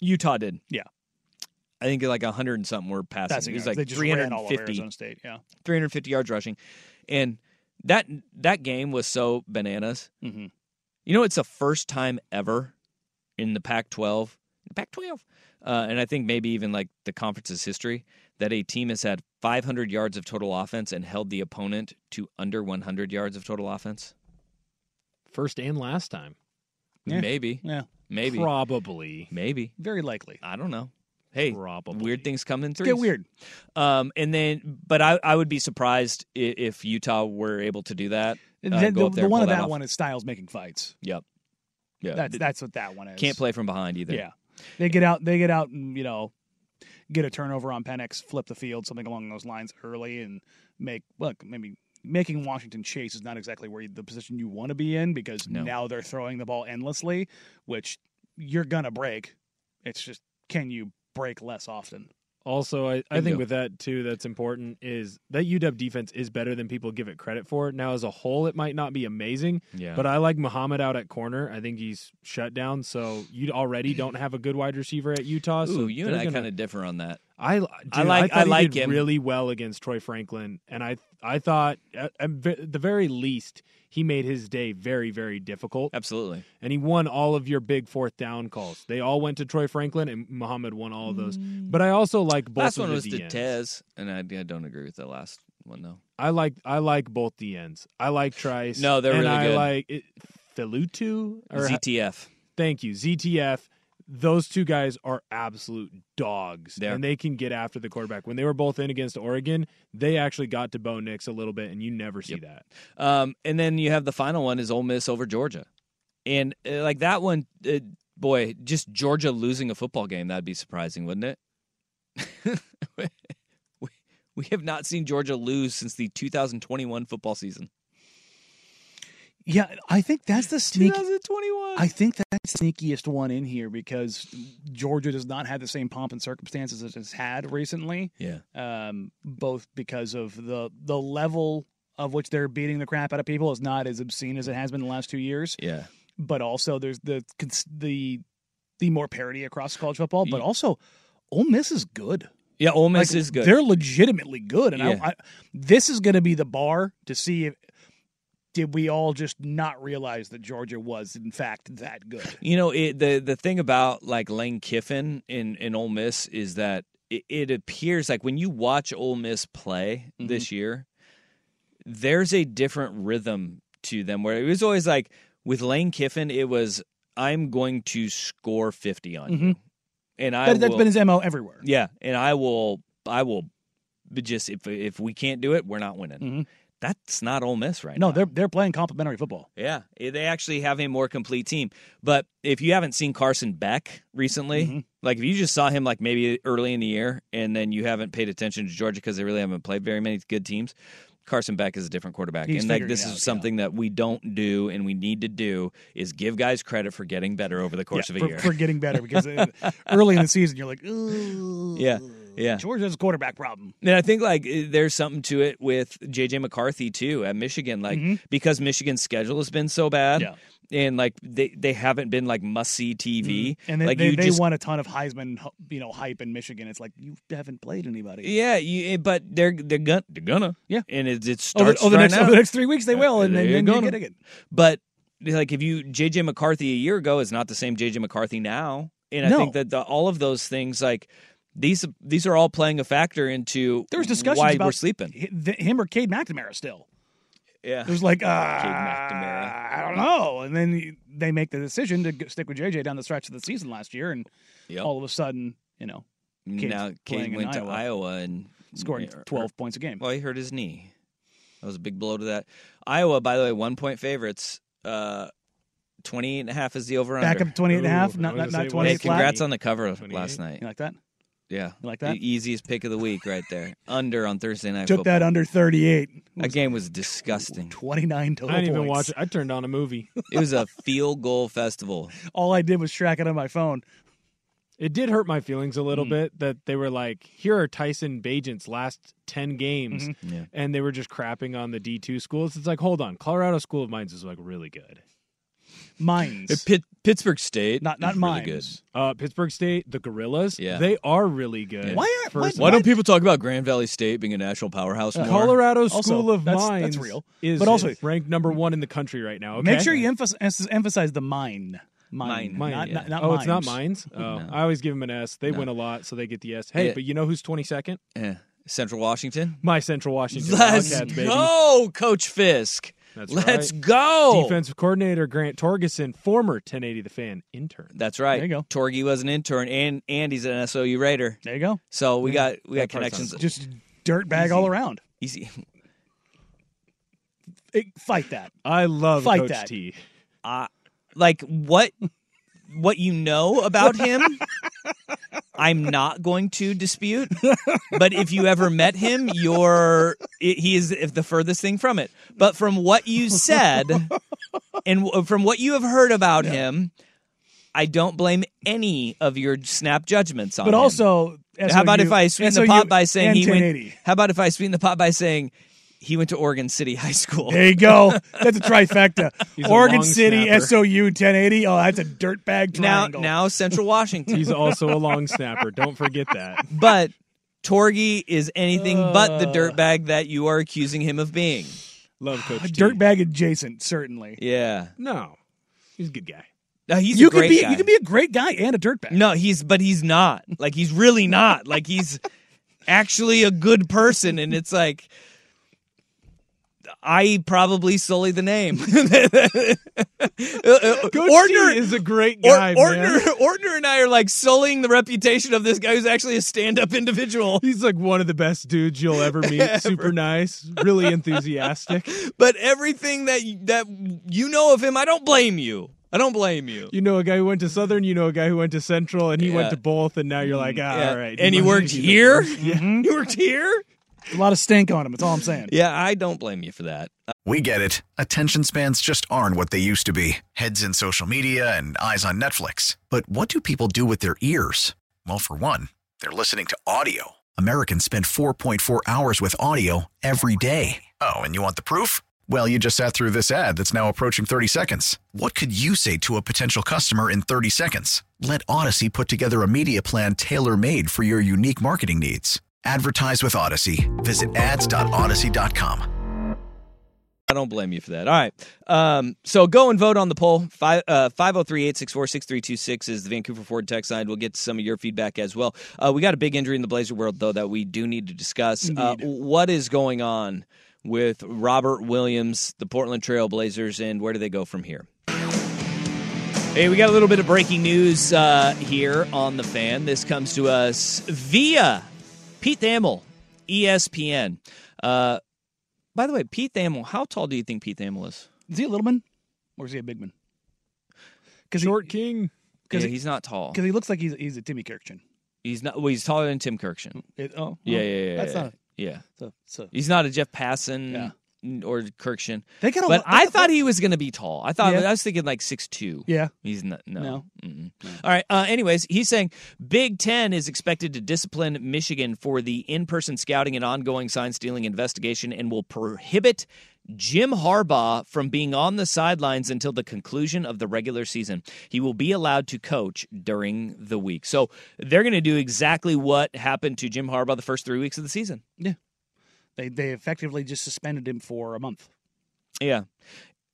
Speaker 2: Utah did.
Speaker 1: Yeah.
Speaker 2: I think like 100 and something were passing.
Speaker 1: That's
Speaker 2: it was
Speaker 1: exactly-
Speaker 2: like
Speaker 1: they just ran all over
Speaker 2: 350.
Speaker 1: Arizona State, yeah.
Speaker 2: 350 yards rushing. And that that game was so bananas.
Speaker 1: Mm-hmm.
Speaker 2: You know, it's the first time ever in the Pac 12, Pac 12, uh, and I think maybe even like the conference's history, that a team has had 500 yards of total offense and held the opponent to under 100 yards of total offense.
Speaker 3: First and last time.
Speaker 1: Yeah.
Speaker 2: Maybe.
Speaker 1: Yeah.
Speaker 2: Maybe.
Speaker 3: Probably.
Speaker 2: Maybe.
Speaker 1: Very likely.
Speaker 2: I don't know. Hey, weird things come in Uh, threes.
Speaker 1: Get weird.
Speaker 2: Um, and then, but I, I would be surprised i- if Utah were able to do that. uh,
Speaker 1: the,
Speaker 2: go
Speaker 1: the-
Speaker 2: up there
Speaker 1: the
Speaker 2: and
Speaker 1: one
Speaker 2: pull
Speaker 1: of that,
Speaker 2: off.
Speaker 1: one is Styles making fights.
Speaker 2: Yep. Yeah.
Speaker 1: That's that's what that one is.
Speaker 2: Can't play from behind either.
Speaker 1: Yeah. They get out. They get out and you know, get a turnover on Penix, flip the field, something along those lines early, and make look. Maybe making Washington chase is not exactly where you, the position you want to be in because
Speaker 2: No.
Speaker 1: now they're throwing the ball endlessly, which you're gonna break. It's just can you break less often?
Speaker 3: Also, I, I
Speaker 1: Bingo.
Speaker 3: think with that too, that's important is that UW defense is better than people give it credit for. Now, as a whole, it might not be amazing,
Speaker 2: Yeah.
Speaker 3: but I like Muhammad out at corner. I think he's shut down, so you already don't have a good wide receiver at Utah. So
Speaker 2: Ooh, you and
Speaker 3: they're
Speaker 2: I
Speaker 3: gonna-
Speaker 2: kind of differ on that.
Speaker 3: I dude,
Speaker 2: I like
Speaker 3: I,
Speaker 2: I,
Speaker 3: thought he
Speaker 2: like
Speaker 3: did
Speaker 2: him.
Speaker 3: really well against Troy Franklin, and I I thought at, at ve- the very least he made his day very very difficult.
Speaker 2: Absolutely,
Speaker 3: and he won all of your big fourth down calls. They all went to Troy Franklin, and Muhammad won all of those.
Speaker 1: Mm.
Speaker 3: But I also like both.
Speaker 2: last
Speaker 3: of
Speaker 2: one
Speaker 3: the
Speaker 2: was to
Speaker 3: DNs.
Speaker 2: Tez, and I, I don't agree with the last one though.
Speaker 3: I like I like both the ends. I like Trice.
Speaker 2: No, they're
Speaker 3: and
Speaker 2: really
Speaker 3: I
Speaker 2: good.
Speaker 3: like it, Filutu or
Speaker 2: ZTF.
Speaker 3: Thank you, ZTF. Those two guys are absolute dogs,
Speaker 2: They're-
Speaker 3: and they can get after the quarterback. When they were both in against Oregon, they actually got to Bo Nix a little bit, and you never see that.
Speaker 2: Um, and then you have the final one is Ole Miss over Georgia, and uh, like that one, uh, boy, just Georgia losing a football game that'd be surprising, wouldn't it? we, we have not seen Georgia lose since the 2021 football season.
Speaker 1: Yeah, I think that's the sneaky.
Speaker 2: 2021.
Speaker 1: I think that's the sneakiest one in here because Georgia does not have the same pomp and circumstances as it's had recently.
Speaker 2: Yeah.
Speaker 1: um, both because of the the level of which they're beating the crap out of people is not as obscene as it has been the last two years.
Speaker 2: Yeah.
Speaker 1: But also, there's the cons- the the more parity across college football. But also, Ole Miss is good.
Speaker 2: Yeah, Ole Miss
Speaker 1: Like,
Speaker 2: is good.
Speaker 1: They're legitimately good, and
Speaker 2: Yeah.
Speaker 1: I, I, this is going to be the bar to see if did we all just not realize that Georgia was in fact that good.
Speaker 2: You know, it, the the thing about like Lane Kiffin in in Ole Miss is that it, it appears like when you watch Ole Miss play
Speaker 1: Mm-hmm.
Speaker 2: this year, there's a different rhythm to them. Where it was always like with Lane Kiffin, it was I'm going to score fifty on you,
Speaker 1: Mhm.
Speaker 2: and I
Speaker 1: That, that's
Speaker 2: will-
Speaker 1: been his mo everywhere.
Speaker 2: Yeah, and I will I will but just if if we can't do it, we're not winning.
Speaker 1: Mhm.
Speaker 2: That's not Ole Miss right
Speaker 1: No, they're they're playing complimentary football.
Speaker 2: yeah, eh, they actually have a more complete team. But if you haven't seen Carson Beck recently,
Speaker 1: Mm-hmm.
Speaker 2: like if you just saw him like maybe early in the year and then you haven't paid attention to Georgia because they really haven't played very many good teams, Carson Beck is a different quarterback.
Speaker 1: He's
Speaker 2: and like
Speaker 1: figuring
Speaker 2: this
Speaker 1: it
Speaker 2: is
Speaker 1: out, yeah.
Speaker 2: something that we don't do and we need to do is give guys credit for getting better over the course
Speaker 1: Yeah,
Speaker 2: of a
Speaker 1: for,
Speaker 2: year.
Speaker 1: for getting better because uh, early in the season you're like, ooh,
Speaker 2: yeah. Yeah.
Speaker 1: Georgia's a quarterback problem.
Speaker 2: And I think like eh, there's something to it with JJ McCarthy too at Michigan, like
Speaker 1: Mhm.
Speaker 2: because Michigan's schedule has been so bad,
Speaker 1: Yeah.
Speaker 2: and like they, they haven't been like must see TV,
Speaker 1: Mm-hmm. And they,
Speaker 2: like
Speaker 1: they, they won a ton of Heisman, you know, hype in Michigan. It's like you haven't played anybody.
Speaker 2: Yeah, you, eh, but they're they're gonna they're gonna yeah, and it, it
Speaker 1: Over,
Speaker 2: starts Uh,
Speaker 1: over Oh, the
Speaker 2: right
Speaker 1: next
Speaker 2: now.
Speaker 1: over the next three weeks they will, and then,
Speaker 2: They're
Speaker 1: then you're
Speaker 2: gonna.
Speaker 1: getting it.
Speaker 2: But like if you JJ McCarthy a year ago is not the same JJ McCarthy now, and I
Speaker 1: No.
Speaker 2: think that the, all of those things like these these are all playing a factor into
Speaker 1: There was discussions
Speaker 2: why
Speaker 1: about
Speaker 2: we're sleeping.
Speaker 1: hi- th- him or Cade McNamara still.
Speaker 2: Yeah,
Speaker 1: It was like, uh,
Speaker 2: McNamara.
Speaker 1: I don't know. And then you- they make the decision to g- stick with JJ down the stretch of the season last year, and
Speaker 2: Yep.
Speaker 1: all of a sudden, you know, Cade's
Speaker 2: now
Speaker 1: playing
Speaker 2: Cade
Speaker 1: in
Speaker 2: went to
Speaker 1: Iowa.
Speaker 2: Iowa and
Speaker 1: Scoring 12 points a game.
Speaker 2: Well, he hurt his knee. That was a big blow to that. Iowa, by the way, one point favorites. Uh, 28 and a half is the over
Speaker 1: Back
Speaker 2: under.
Speaker 1: up 28 and a Ooh, half, I not- was not- gonna not say, 28
Speaker 2: Hey, congrats
Speaker 1: flat.
Speaker 2: on the cover
Speaker 1: 28.
Speaker 2: last night.
Speaker 1: You like that?
Speaker 2: Yeah.
Speaker 1: You like that?
Speaker 2: The easiest pick of the week right there. under on Thursday night.
Speaker 1: took that
Speaker 2: Football.
Speaker 1: under 38,
Speaker 2: That game was disgusting.
Speaker 1: 29 total
Speaker 3: I didn't even
Speaker 1: points.
Speaker 3: watch it. I turned on a movie.
Speaker 2: It was a field goal festival.
Speaker 1: All I did was track it on my phone.
Speaker 3: It did hurt my feelings a little bit that they were like, here are Tyson Bajent's last 10 games.
Speaker 2: Mhm. Yeah.
Speaker 3: And they were just crapping on the D2 schools. It's like, hold on. Colorado School of Mines is like really good.
Speaker 1: Mines.
Speaker 2: Pitt, Pittsburgh State.
Speaker 1: Not not
Speaker 2: is
Speaker 1: mines.
Speaker 2: Really good.
Speaker 3: Uh, Pittsburgh State, the Gorillas.
Speaker 2: Yeah.
Speaker 3: they are really good.
Speaker 2: Yeah.
Speaker 1: Why
Speaker 3: First of
Speaker 2: Why
Speaker 3: all.
Speaker 2: don't people talk about Grand Valley State being a national powerhouse?
Speaker 3: Uh,
Speaker 2: more?
Speaker 3: Colorado
Speaker 1: Also,
Speaker 3: School of
Speaker 1: that's- that's
Speaker 3: Mines
Speaker 1: real.
Speaker 3: is
Speaker 1: But also-
Speaker 3: is ranked number one in the country right now.
Speaker 1: Make
Speaker 3: okay?
Speaker 1: sure you emphasize, emphasize the mine. Mine.
Speaker 3: Mine,
Speaker 1: Not,
Speaker 3: yeah.
Speaker 1: not, not
Speaker 3: oh, it's not
Speaker 1: mines.
Speaker 3: mines. Oh, I always give them an S. They
Speaker 2: No.
Speaker 3: win a lot, so they get the S. Hey,
Speaker 2: Yeah.
Speaker 3: but you know who's twenty second?
Speaker 2: Yeah. Central Washington.
Speaker 3: My Central Washington
Speaker 2: Let's
Speaker 3: Wildcats, baby.
Speaker 2: go, Coach Fisk.
Speaker 3: That's
Speaker 2: Let's
Speaker 3: right.
Speaker 2: go.
Speaker 3: Defensive coordinator Grant Torgeson, former 1080 The Fan intern.
Speaker 2: That's right.
Speaker 3: There you go.
Speaker 2: Torgy was an intern, and and he's an SOU Raider.
Speaker 1: There you go.
Speaker 2: So we got we got
Speaker 3: That part sounds
Speaker 2: connections.
Speaker 1: Just dirt bag all around.
Speaker 2: Easy.
Speaker 1: It- fight that.
Speaker 3: I love
Speaker 1: Fight
Speaker 3: Coach
Speaker 1: that.
Speaker 3: T.
Speaker 2: Uh, like what what you know about him, I'm not going to dispute. But if you ever met him, you're i- he is the furthest thing from it. But from what you said and w- from what you have heard about him, I don't blame any of your snap judgments on
Speaker 1: But
Speaker 2: him.
Speaker 1: also,
Speaker 2: Oh, How about if I
Speaker 1: SOU
Speaker 2: sweeten the pot by saying
Speaker 1: and
Speaker 2: he went?
Speaker 1: 1080.
Speaker 2: How about if I sweeten the pot by saying he went to Oregon City High School?
Speaker 1: There you go. That's a trifecta.
Speaker 3: He's a
Speaker 1: Oregon
Speaker 3: long
Speaker 1: City,
Speaker 3: snapper.
Speaker 1: SOU, 1080. Oh, that's a dirt bag
Speaker 2: now,
Speaker 1: triangle.
Speaker 2: now Central Washington.
Speaker 3: He's also a long snapper. Don't forget that.
Speaker 2: but Torgy is anything but the dirtbag that you are accusing him of being.
Speaker 3: Love Coach T.
Speaker 1: dirt bag adjacent, certainly.
Speaker 2: Yeah,
Speaker 3: No, he's a good guy.
Speaker 2: no, he's
Speaker 1: you
Speaker 2: a
Speaker 1: could
Speaker 2: great
Speaker 1: be
Speaker 2: guy.
Speaker 1: you could be a great guy and a dirtbag.
Speaker 2: no, he's but he's not. Like he's really not. Like he's actually a good person, and it's like. I probably sully the name.
Speaker 3: Coach
Speaker 2: Ordinary-
Speaker 3: T is a great
Speaker 2: Or,
Speaker 3: guy,
Speaker 2: Ortner,
Speaker 3: man.
Speaker 2: Ortner and I are like sullying the reputation of this guy who's actually a stand-up individual.
Speaker 3: He's like one of the best dudes you'll ever meet. Super nice, really enthusiastic.
Speaker 2: But everything that you, that you know of him, I don't blame you. I don't blame you.
Speaker 3: You know a guy who went to Southern, you know a guy who went to Central, and he
Speaker 2: Yeah.
Speaker 3: went to both, and now you're like,
Speaker 1: Mm-hmm.
Speaker 3: ah,
Speaker 2: Yeah.
Speaker 3: all right.
Speaker 2: And he
Speaker 3: must
Speaker 2: worked
Speaker 3: be the
Speaker 2: here.
Speaker 3: worst.
Speaker 2: He worked here.
Speaker 1: A lot of stink on him. That's all I'm saying.
Speaker 2: Yeah, I don't blame you for that.
Speaker 7: We get it. Attention spans just aren't what they used to be heads in social media and eyes on Netflix. But what do people do with their ears? Well, for one, they're listening to audio. Americans spend 4.4 hours with audio every day. Oh, and you want the proof? Well, you just sat through this ad that's now approaching 30 seconds. What could you say to a potential customer in 30 seconds? Let Odyssey put together a media plan tailor made for your unique marketing needs. Advertise with Odyssey. Visit ads.odyssey.com.
Speaker 2: I don't blame you for that. All right. Um, so go and vote on the poll. Five uh, 503-864-6326 is the Vancouver Ford text line. We'll get to some of your feedback as well. Uh, we got a big injury in the Blazer world, though, that we do need to discuss. Uh, what is going on with Robert Williams, the Portland Trail Blazers, and where do they go from here? Hey, we got a little bit of breaking news uh, here on The Fan. This comes to us via Pete Thamel, E ESPN. Uh, by the way, Pete Thamel, how tall do you think Pete Thamel is?
Speaker 1: Is he a little man or is he a big man? Because
Speaker 3: Short King.
Speaker 2: Yeah,
Speaker 1: 'Cause he-
Speaker 2: he's not tall.
Speaker 1: he, looks like he's he's a Timmy Kirkchin.
Speaker 2: He's not. Well, he's taller than Tim Kirkshin.
Speaker 1: It- oh, oh,
Speaker 2: Yeah, yeah, yeah.
Speaker 1: That's
Speaker 2: yeah.
Speaker 1: not.
Speaker 2: yeah.
Speaker 1: So, so.
Speaker 2: He's not a Jeff Passan
Speaker 1: Yeah.
Speaker 2: or Kirkshin.
Speaker 1: They got a lot-
Speaker 2: But I thought he was going to be tall. I thought
Speaker 1: Yeah.
Speaker 2: I was thinking like six two.
Speaker 1: Yeah.
Speaker 2: He's not. No.
Speaker 1: No.
Speaker 2: Mm-mm. All right. Uh, anyways, he's saying Big Ten is expected to discipline Michigan for the in-person scouting and ongoing sign stealing investigation, and will prohibit Jim Harbaugh from being on the sidelines until the conclusion of the regular season. He will be allowed to coach during the week. So they're going to do exactly what happened to Jim Harbaugh the first three weeks of the season.
Speaker 1: They they effectively just suspended him for a month.
Speaker 2: Yeah.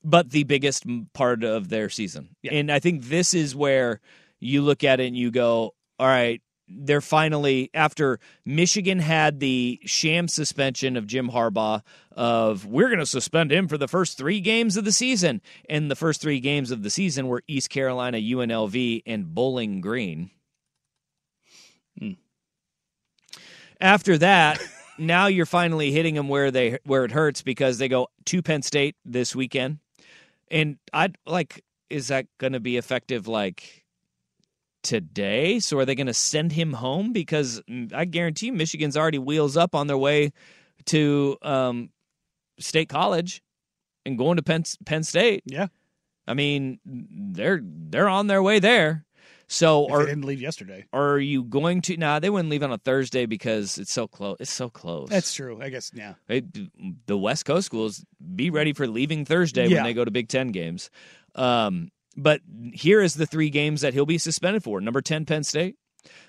Speaker 2: But the biggest m- part of their season.
Speaker 1: Yeah.
Speaker 2: And I think this is where you look at it and you go, all right, they're finally, after Michigan had the sham suspension of Jim Harbaugh, of we're going to suspend him for the first three games of the season. And the first three games of the season were East Carolina, UNLV, and Bowling Green. After that, now you're finally hitting them where they where it hurts because they go to Penn State this weekend, and I like is that going to be effective like today? So are they going to send him home? Because mm, I guarantee you Michigan's already wheels up on their way to um, State College and going to Penn Penn State.
Speaker 1: Yeah.
Speaker 2: I mean they're they're on their way there. So
Speaker 1: If
Speaker 2: are
Speaker 1: they didn't leave yesterday.
Speaker 2: are you going to? Nah, they wouldn't leave on a Thursday because it's so close. It's so close.
Speaker 1: That's true. I guess. Yeah.
Speaker 2: It- the West Coast schools be ready for leaving Thursday
Speaker 1: Yeah.
Speaker 2: when they go to Big Ten games. Um, But here is the three games that he'll be suspended for. Number 10, Penn State.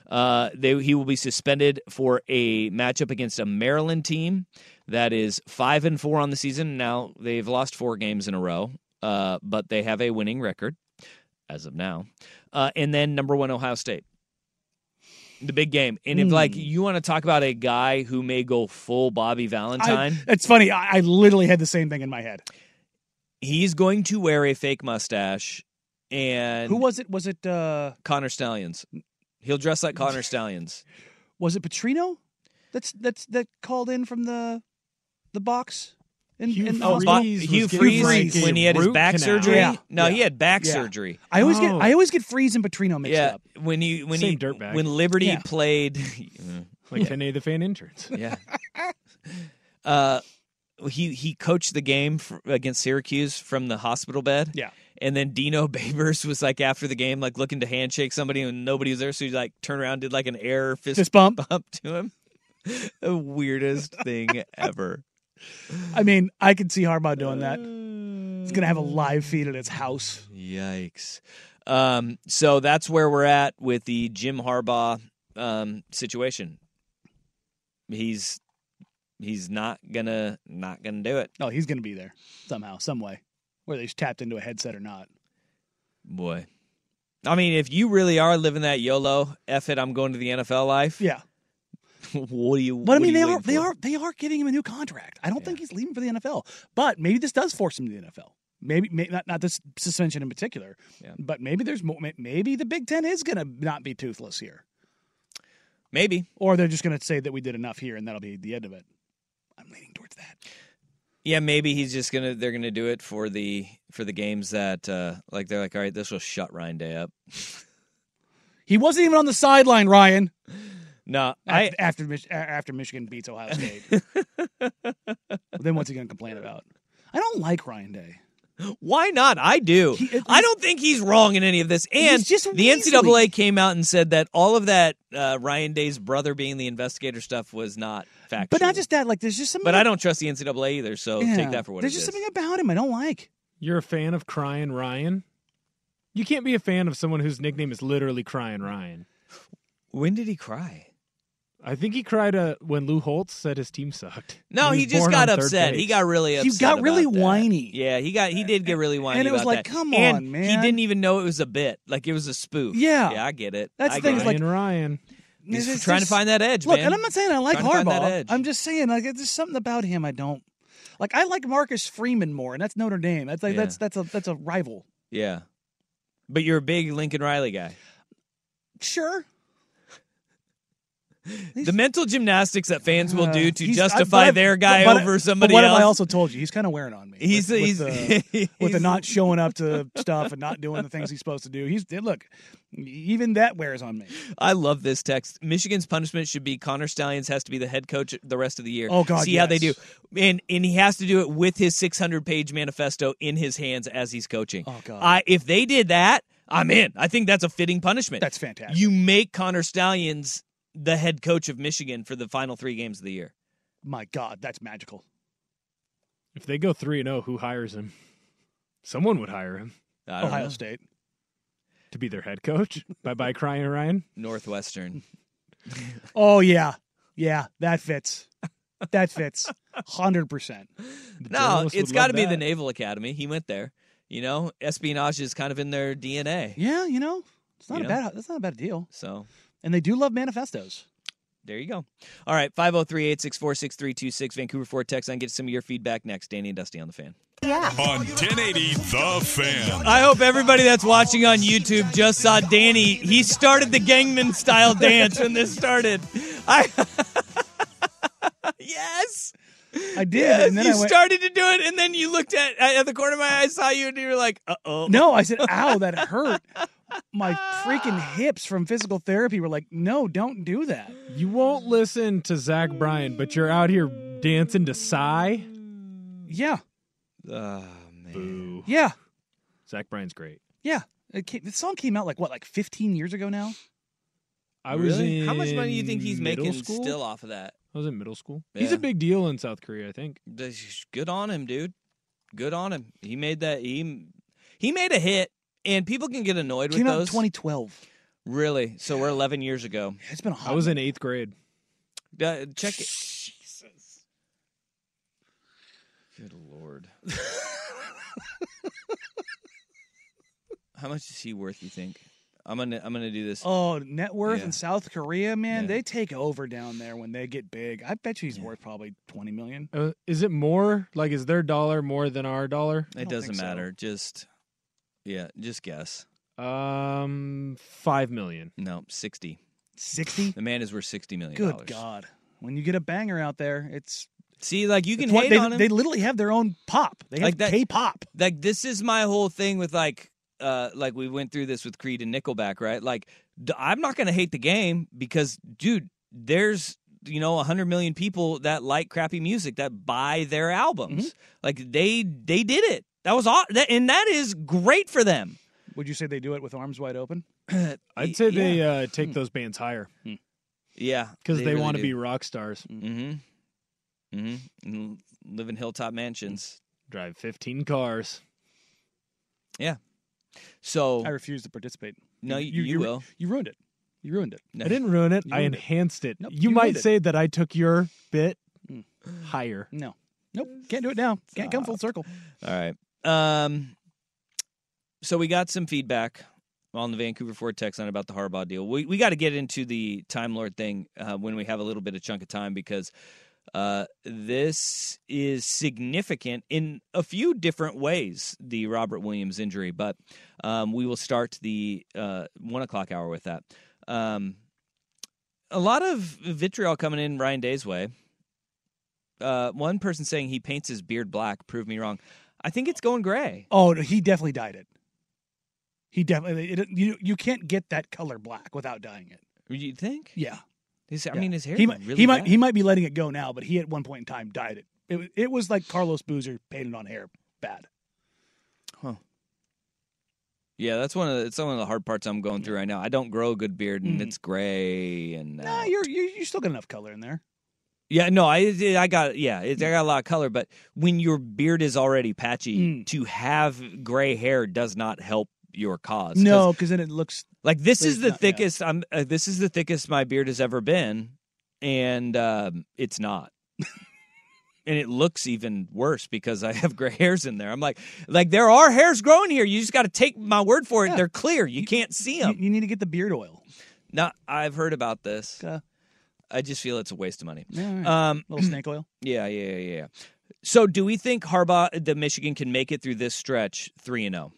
Speaker 2: Uh, they, he will be suspended for a matchup against a Maryland team that is five and four on the season. Now they've lost four games in a row, uh, but they have a winning record as of now. Uh, and then number one, Ohio State, the big game. And if
Speaker 1: Hmm.
Speaker 2: like you want to talk about a guy who may go full Bobby Valentine,
Speaker 1: I, it's funny. I, I literally had the same thing in my head.
Speaker 2: he's going to wear a fake mustache. And
Speaker 1: Who was it? Was it uh,
Speaker 2: Connor Stallions? He'll dress like Connor Stallions.
Speaker 1: was it Petrino? That's that's that called in from the the box. In, Hugh in the
Speaker 2: Oh,
Speaker 1: hospital?
Speaker 2: Bo- Hugh Freeze, when he had his back surgery.
Speaker 1: Yeah.
Speaker 2: No, he had back
Speaker 1: Yeah.
Speaker 2: surgery.
Speaker 1: I always get I always get Freeze and Petrino mixed
Speaker 2: yeah.
Speaker 1: up.
Speaker 2: When you when
Speaker 1: Same
Speaker 2: he
Speaker 1: dirtbag.
Speaker 2: when Liberty
Speaker 1: Yeah.
Speaker 2: played
Speaker 3: Like Penny the Fan interns.
Speaker 2: Yeah. uh, he he coached the game for, against Syracuse from the hospital bed.
Speaker 1: Yeah.
Speaker 2: And then Dino Babers was like after the game, like looking to handshake somebody and nobody was there, so he like turned around, did like an air fist,
Speaker 1: Fist bump.
Speaker 2: to him. the weirdest thing ever.
Speaker 1: I mean, I could see Harbaugh doing that. He's gonna have a live feed at his house.
Speaker 2: Yikes. Um, so that's where we're at with the Jim Harbaugh um, situation. He's he's not gonna not gonna do it.
Speaker 1: No, Oh, he's gonna be there somehow, some way, whether he's tapped into a headset or not.
Speaker 2: Boy. I mean, if you really are living that YOLO, F it, I'm going to the NFL life.
Speaker 1: Yeah.
Speaker 2: what do you
Speaker 1: But I mean, they
Speaker 2: you
Speaker 1: are
Speaker 2: waiting
Speaker 1: they
Speaker 2: for?
Speaker 1: are they are getting him a new contract. I don't think he's leaving for the NFL, but maybe this does force him to the NFL. Maybe, may not not this suspension in particular, but maybe there's mo- may- maybe the Big Ten is going to not be toothless here,
Speaker 2: Maybe.
Speaker 1: or they're just going to say that we did enough here and that'll be the end of it.
Speaker 2: Yeah, maybe he's just gonna they're gonna do it for the for the games that uh like they're like, all right, this will shut Ryan Day up.
Speaker 1: He wasn't even on the sideline, Ryan.
Speaker 2: No, I
Speaker 1: After after, Mich- a- after Michigan beats Ohio State, then what's he going to complain about? I don't like Ryan Day.
Speaker 2: Why not? I do. I don't think he's wrong in any of this. And
Speaker 1: He's just
Speaker 2: the
Speaker 1: weaselly.
Speaker 2: NCAA came out and said that all of that uh, Ryan Day's brother being the investigator stuff was not factual.
Speaker 1: But not just that. Like there's just something.
Speaker 2: But I don't trust the NCAA either, so
Speaker 1: Yeah.
Speaker 2: take that for what
Speaker 1: There's
Speaker 2: it
Speaker 1: just
Speaker 2: is.
Speaker 1: something about him I don't like.
Speaker 3: You're a fan of Crying Ryan? You can't be a fan of someone whose nickname is literally Crying Ryan.
Speaker 2: When did he cry?
Speaker 3: I think he cried uh, when Lou Holtz said his team sucked.
Speaker 2: no,
Speaker 3: was
Speaker 2: he just
Speaker 3: born
Speaker 2: got
Speaker 3: on third
Speaker 2: upset. He
Speaker 3: base.
Speaker 2: got really upset.
Speaker 1: He got really
Speaker 2: about that.
Speaker 1: whiny.
Speaker 2: Yeah, he got he did get really whiny.
Speaker 1: it was
Speaker 2: about
Speaker 1: like,
Speaker 2: that.
Speaker 1: come
Speaker 2: And
Speaker 1: on,
Speaker 2: He
Speaker 1: man.
Speaker 2: didn't even know it was a bit. Like it was a spoof.
Speaker 1: Yeah.
Speaker 2: Yeah, I get it.
Speaker 1: That's
Speaker 2: I
Speaker 1: the thing,
Speaker 2: get
Speaker 1: it's like-
Speaker 2: it.
Speaker 3: Ryan Ryan.
Speaker 2: He's
Speaker 1: It's
Speaker 2: trying to
Speaker 1: just-
Speaker 2: find that edge,
Speaker 1: Look,
Speaker 2: man.
Speaker 1: and I'm not saying I like
Speaker 2: Trying to find that
Speaker 1: Harbaugh.
Speaker 2: edge.
Speaker 1: I'm just saying like there's something about him I don't like. I like Marcus Freeman more, and that's Notre Dame. That's like
Speaker 2: Yeah.
Speaker 1: that's that's a that's a rival.
Speaker 2: Yeah. But you're a big Lincoln Riley guy.
Speaker 1: Sure.
Speaker 2: the mental gymnastics that fans will do to
Speaker 1: Uh, He's- I-
Speaker 2: justify
Speaker 1: but I've-
Speaker 2: their guy
Speaker 1: but- but-
Speaker 2: over
Speaker 1: but
Speaker 2: somebody
Speaker 1: what
Speaker 2: else.
Speaker 1: have I also told you? He's kind of wearing on me.
Speaker 2: He's-
Speaker 1: with,
Speaker 2: he's-
Speaker 1: with, the, with the not showing up to stuff and not doing the things he's supposed to do. He's look, even that wears on me.
Speaker 2: I love this text. Michigan's punishment should be Connor Stallions has to be the head coach the rest of the year.
Speaker 1: Oh, God,
Speaker 2: see how they do,
Speaker 1: yes.
Speaker 2: and and he has to do it with his 600 page manifesto in his hands as he's coaching. Oh
Speaker 1: God.
Speaker 2: I if they did that, I'm in. I think that's a fitting punishment.
Speaker 1: That's fantastic.
Speaker 2: You make Connor Stallions the head coach of Michigan for the final three games of the year.
Speaker 1: My God, that's magical.
Speaker 3: If they go 3 and 0, who hires him? Someone would hire him
Speaker 2: I don't
Speaker 1: Ohio
Speaker 2: know.
Speaker 1: State.
Speaker 3: to be their head coach. bye bye, Crying Ryan.
Speaker 2: Northwestern.
Speaker 1: Oh yeah, yeah, that fits. That fits. Hundred percent.
Speaker 2: No, it's got to be the Naval Academy. He went there. You know, espionage is kind of in their DNA.
Speaker 1: Yeah, you know, it's not
Speaker 2: You
Speaker 1: a
Speaker 2: know?
Speaker 1: bad. That's not a bad deal.
Speaker 2: So
Speaker 1: And they do love manifestos.
Speaker 2: there you go. All right, 503 864 6326, Vancouver Ford Text. I can get some of your feedback next. Danny and Dusty on the fan.
Speaker 8: On 1080 The Fan.
Speaker 2: I hope everybody that's watching on YouTube just saw Danny. He started the Gangnam style dance when this started. I. yes!
Speaker 1: I did,
Speaker 2: Yes,
Speaker 1: and then
Speaker 2: you
Speaker 1: I went.
Speaker 2: started to do it, and then you looked at at the corner of my eye, I saw you, and you were like, "Uh oh."
Speaker 1: no, I said, "Ow, that hurt." My freaking hips from physical therapy were like, "No, don't do that."
Speaker 3: You won't listen to Zach Bryan, but you're out here dancing to Psy.
Speaker 1: Yeah,
Speaker 2: Oh man.
Speaker 1: yeah,
Speaker 3: Zach Bryan's great.
Speaker 1: yeah. It came, this song came out like what, like 15 years ago now?
Speaker 3: I was in
Speaker 2: How much money do you think he's
Speaker 3: middle
Speaker 2: making
Speaker 3: school?
Speaker 2: still off of that?
Speaker 3: I was in middle school. He's
Speaker 2: Yeah.
Speaker 3: a big deal in South Korea, I think.
Speaker 2: This- Good on him, dude. Good on him. He made that. He he made a hit, and people can get annoyed
Speaker 1: Came
Speaker 2: with
Speaker 1: out in
Speaker 2: those.
Speaker 1: 2012.
Speaker 2: Really? So we're 11 years ago.
Speaker 1: It's been a hot
Speaker 3: I was in eighth grade.
Speaker 2: Uh, check it. Good lord. How much is he worth? You think? I'm gonna I'm gonna do this.
Speaker 1: Oh, net worth
Speaker 2: Yeah.
Speaker 1: in South Korea, man, they take over down there when they get big. I bet you he's worth probably 20 million.
Speaker 3: Uh, is it more? Like, is their dollar more than our dollar?
Speaker 2: It doesn't matter. Just yeah, just guess.
Speaker 3: Um, five million.
Speaker 2: No, sixty.
Speaker 1: 60?
Speaker 2: The man is worth sixty million.
Speaker 1: Good God. When you get a banger out there, it's.
Speaker 2: See, like you can
Speaker 1: It's what-
Speaker 2: hate
Speaker 1: they,
Speaker 2: on him.
Speaker 1: They literally have their own pop. They have
Speaker 2: Like that-
Speaker 1: K-pop.
Speaker 2: Like this is my whole thing with like uh like we went through this with Creed and Nickelback, right? Like d- I'm not going to hate the game because dude, there's you know 100 million people that like crappy music that buy their albums.
Speaker 3: Mm-hmm.
Speaker 2: Like they they did it. That was aw- that, and that is great for them.
Speaker 1: Would you say they do it with arms wide open?
Speaker 3: I'd say they uh,
Speaker 1: Hmm.
Speaker 3: take those bands higher
Speaker 2: Yeah,
Speaker 3: because they,
Speaker 2: really
Speaker 3: want to
Speaker 2: do.
Speaker 3: be rock stars.
Speaker 2: Mm-hmm. Mm-hmm. And live in hilltop mansions.
Speaker 3: Drive 15 cars.
Speaker 2: Yeah. So
Speaker 1: I refuse to participate.
Speaker 2: No, you- you
Speaker 1: ru-
Speaker 2: will.
Speaker 1: You ruined it. You ruined it.
Speaker 3: I didn't ruin it.
Speaker 1: You
Speaker 3: I
Speaker 1: ruined it.
Speaker 3: enhanced it.
Speaker 1: Nope,
Speaker 3: you,
Speaker 1: you
Speaker 3: might
Speaker 1: ruined it. Hmm.
Speaker 3: say that I took your bit higher.
Speaker 1: No. Nope. Can't do it now. Can't come full circle.
Speaker 2: All right. Um, so we got some feedback on the Vancouver Ford text line about the Harbaugh deal. We we got to get into the Time Lord thing uh, when we have a little bit of chunk of time because uh, this is significant in a few different ways. The Robert Williams injury, but um, we will start the uh, one o'clock hour with that. Um, a lot of vitriol coming in Ryan Day's way uh, one person saying he paints his beard black. Prove me wrong. I think it's going gray.
Speaker 1: Oh, no, he definitely dyed it. He definitely. It, you you can't get that color black without dyeing it.
Speaker 2: You think?
Speaker 1: Yeah.
Speaker 2: His- I
Speaker 1: Yeah.
Speaker 2: mean, his hair.
Speaker 1: He
Speaker 2: is
Speaker 1: might
Speaker 2: really
Speaker 1: he might
Speaker 2: black.
Speaker 1: he might be letting it go now, but he at one point in time dyed it. It, wa- it was like Carlos Boozer painted on hair bad.
Speaker 2: Huh. Yeah, that's one of the, it's one of the hard parts I'm going through right now. I don't grow a good beard, and
Speaker 1: Mhm.
Speaker 2: it's gray. And uh,
Speaker 1: Nah, you're, you're you still got enough color in there.
Speaker 2: yeah, no, I I got yeah,
Speaker 1: Mm.
Speaker 2: it, I got a lot of color. But when your beard is already patchy,
Speaker 1: Mm.
Speaker 2: to have gray hair does not help your cause. 'Cause
Speaker 1: No, because then it looks
Speaker 2: Like this
Speaker 1: But
Speaker 2: is
Speaker 1: it's
Speaker 2: the
Speaker 1: not- yeah.
Speaker 2: thickest. I'm. Uh, this is the thickest my beard has ever been, and um, it's not. and it looks even worse because I have gray hairs in there. I'm like, like there are hairs growing here. You just got to take my word for it. They're clear. You, can't see
Speaker 1: you,
Speaker 2: them.
Speaker 1: you need to get the beard oil.
Speaker 2: Now I've heard about this. I just feel it's a waste of money.
Speaker 1: Alright.
Speaker 2: Um,
Speaker 1: Little snake oil.
Speaker 2: Yeah, yeah, yeah, yeah. So, do we think Harbaugh, the Michigan, can make it through this stretch three and oh? zero?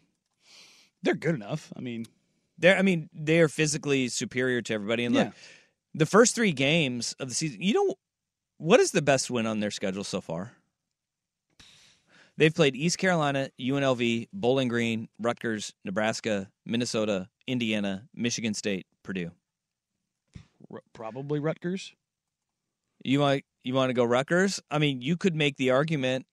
Speaker 1: They're good enough. I mean,
Speaker 2: They're, I mean, they are physically superior to everybody. And
Speaker 1: Yeah.
Speaker 2: look, the first three games of the season, you know, what is the best win on their schedule so far? They've played East Carolina, UNLV, Bowling Green, Rutgers, Nebraska, Minnesota, Indiana, Michigan State, Purdue.
Speaker 1: r- probably Rutgers.
Speaker 2: You want you want to go Rutgers? I mean, you could make the argument.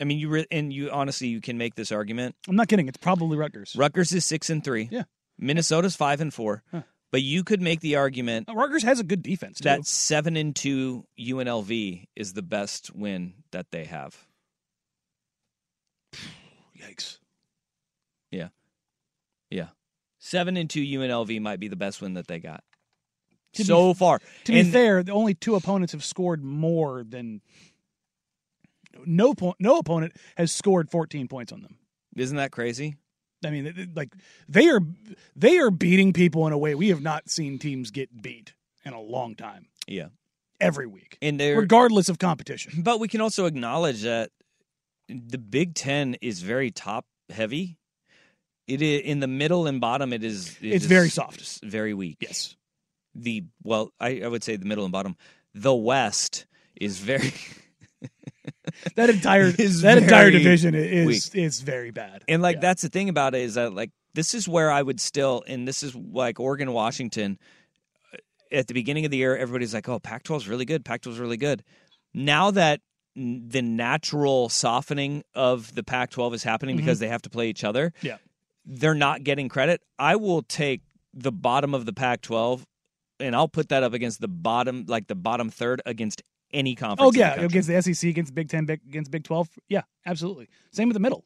Speaker 2: I mean, you re- and you honestly, you can make this argument.
Speaker 1: I'm not kidding. It's probably Rutgers.
Speaker 2: Rutgers is six and three.
Speaker 1: Yeah.
Speaker 2: Minnesota's five and four.
Speaker 1: Huh.
Speaker 2: But you could make the argument
Speaker 1: Uh, Rutgers has a good defense. Too.
Speaker 2: that seven and two UNLV is the best win that they have.
Speaker 1: yikes.
Speaker 2: Yeah, yeah, seven and two UNLV might be the best win that they got
Speaker 1: To be-
Speaker 2: so far.
Speaker 1: To
Speaker 2: and
Speaker 1: be fair, the only two opponents have scored more than no point. No opponent has scored 14 points on them.
Speaker 2: isn't that crazy?
Speaker 1: I mean, it- it- like they are they are beating people in a way we have not seen teams get beat in a long time.
Speaker 2: Yeah,
Speaker 1: Every week,
Speaker 2: and they're
Speaker 1: regardless of competition.
Speaker 2: But we can also acknowledge that the Big Ten is very top heavy. It is in the middle and bottom. It is. it
Speaker 1: It's
Speaker 2: is
Speaker 1: very soft.
Speaker 2: s- very weak.
Speaker 1: Yes.
Speaker 2: The well, I, I would say the middle and bottom. The West is very.
Speaker 1: That entire
Speaker 2: is
Speaker 1: that entire
Speaker 2: very
Speaker 1: division is
Speaker 2: weak.
Speaker 1: is very bad.
Speaker 2: And like that's the thing about it is that like this is where I would still, and this is like Oregon, Washington. uh, At the beginning of the year, everybody's like, "Oh, Pac-12 is really good. Pac-12 is really good." Now that n- the natural softening of the Pac-12 is happening because
Speaker 1: Mhm.
Speaker 2: they have to play each other,
Speaker 1: Yeah.
Speaker 2: they're not getting credit. I will take the bottom of the Pac-12, and I'll put that up against the bottom, like the bottom third, against any conference.
Speaker 1: Oh
Speaker 2: in the
Speaker 1: yeah,
Speaker 2: country.
Speaker 1: against the SEC, against Big Ten, big, against Big Twelve. Yeah, absolutely. Same with the middle.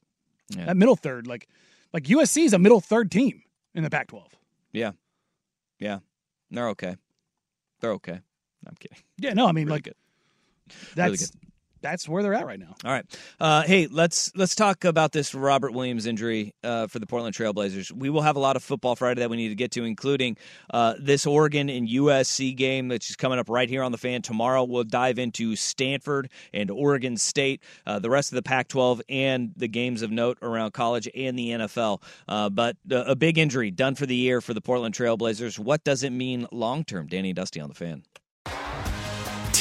Speaker 2: Yeah.
Speaker 1: That middle third, like Like USC is a middle third team in the Pac-12.
Speaker 2: Yeah. Yeah. They're okay. They're okay. No, I'm kidding.
Speaker 1: Yeah, no, I mean like that's
Speaker 2: Really
Speaker 1: that's where they're at right now.
Speaker 2: All right. Uh, hey, let's let's talk about this Robert Williams injury uh, for the Portland Trailblazers. We will have a lot of football Friday that we need to get to, including uh, this Oregon and USC game that's just coming up right here on the fan tomorrow. We'll dive into Stanford and Oregon State, uh, the rest of the Pac-12, and the games of note around college and the NFL. Uh, but uh, a big injury done for the year for the Portland Trailblazers. What does it mean long term? Danny Dusty on the fan.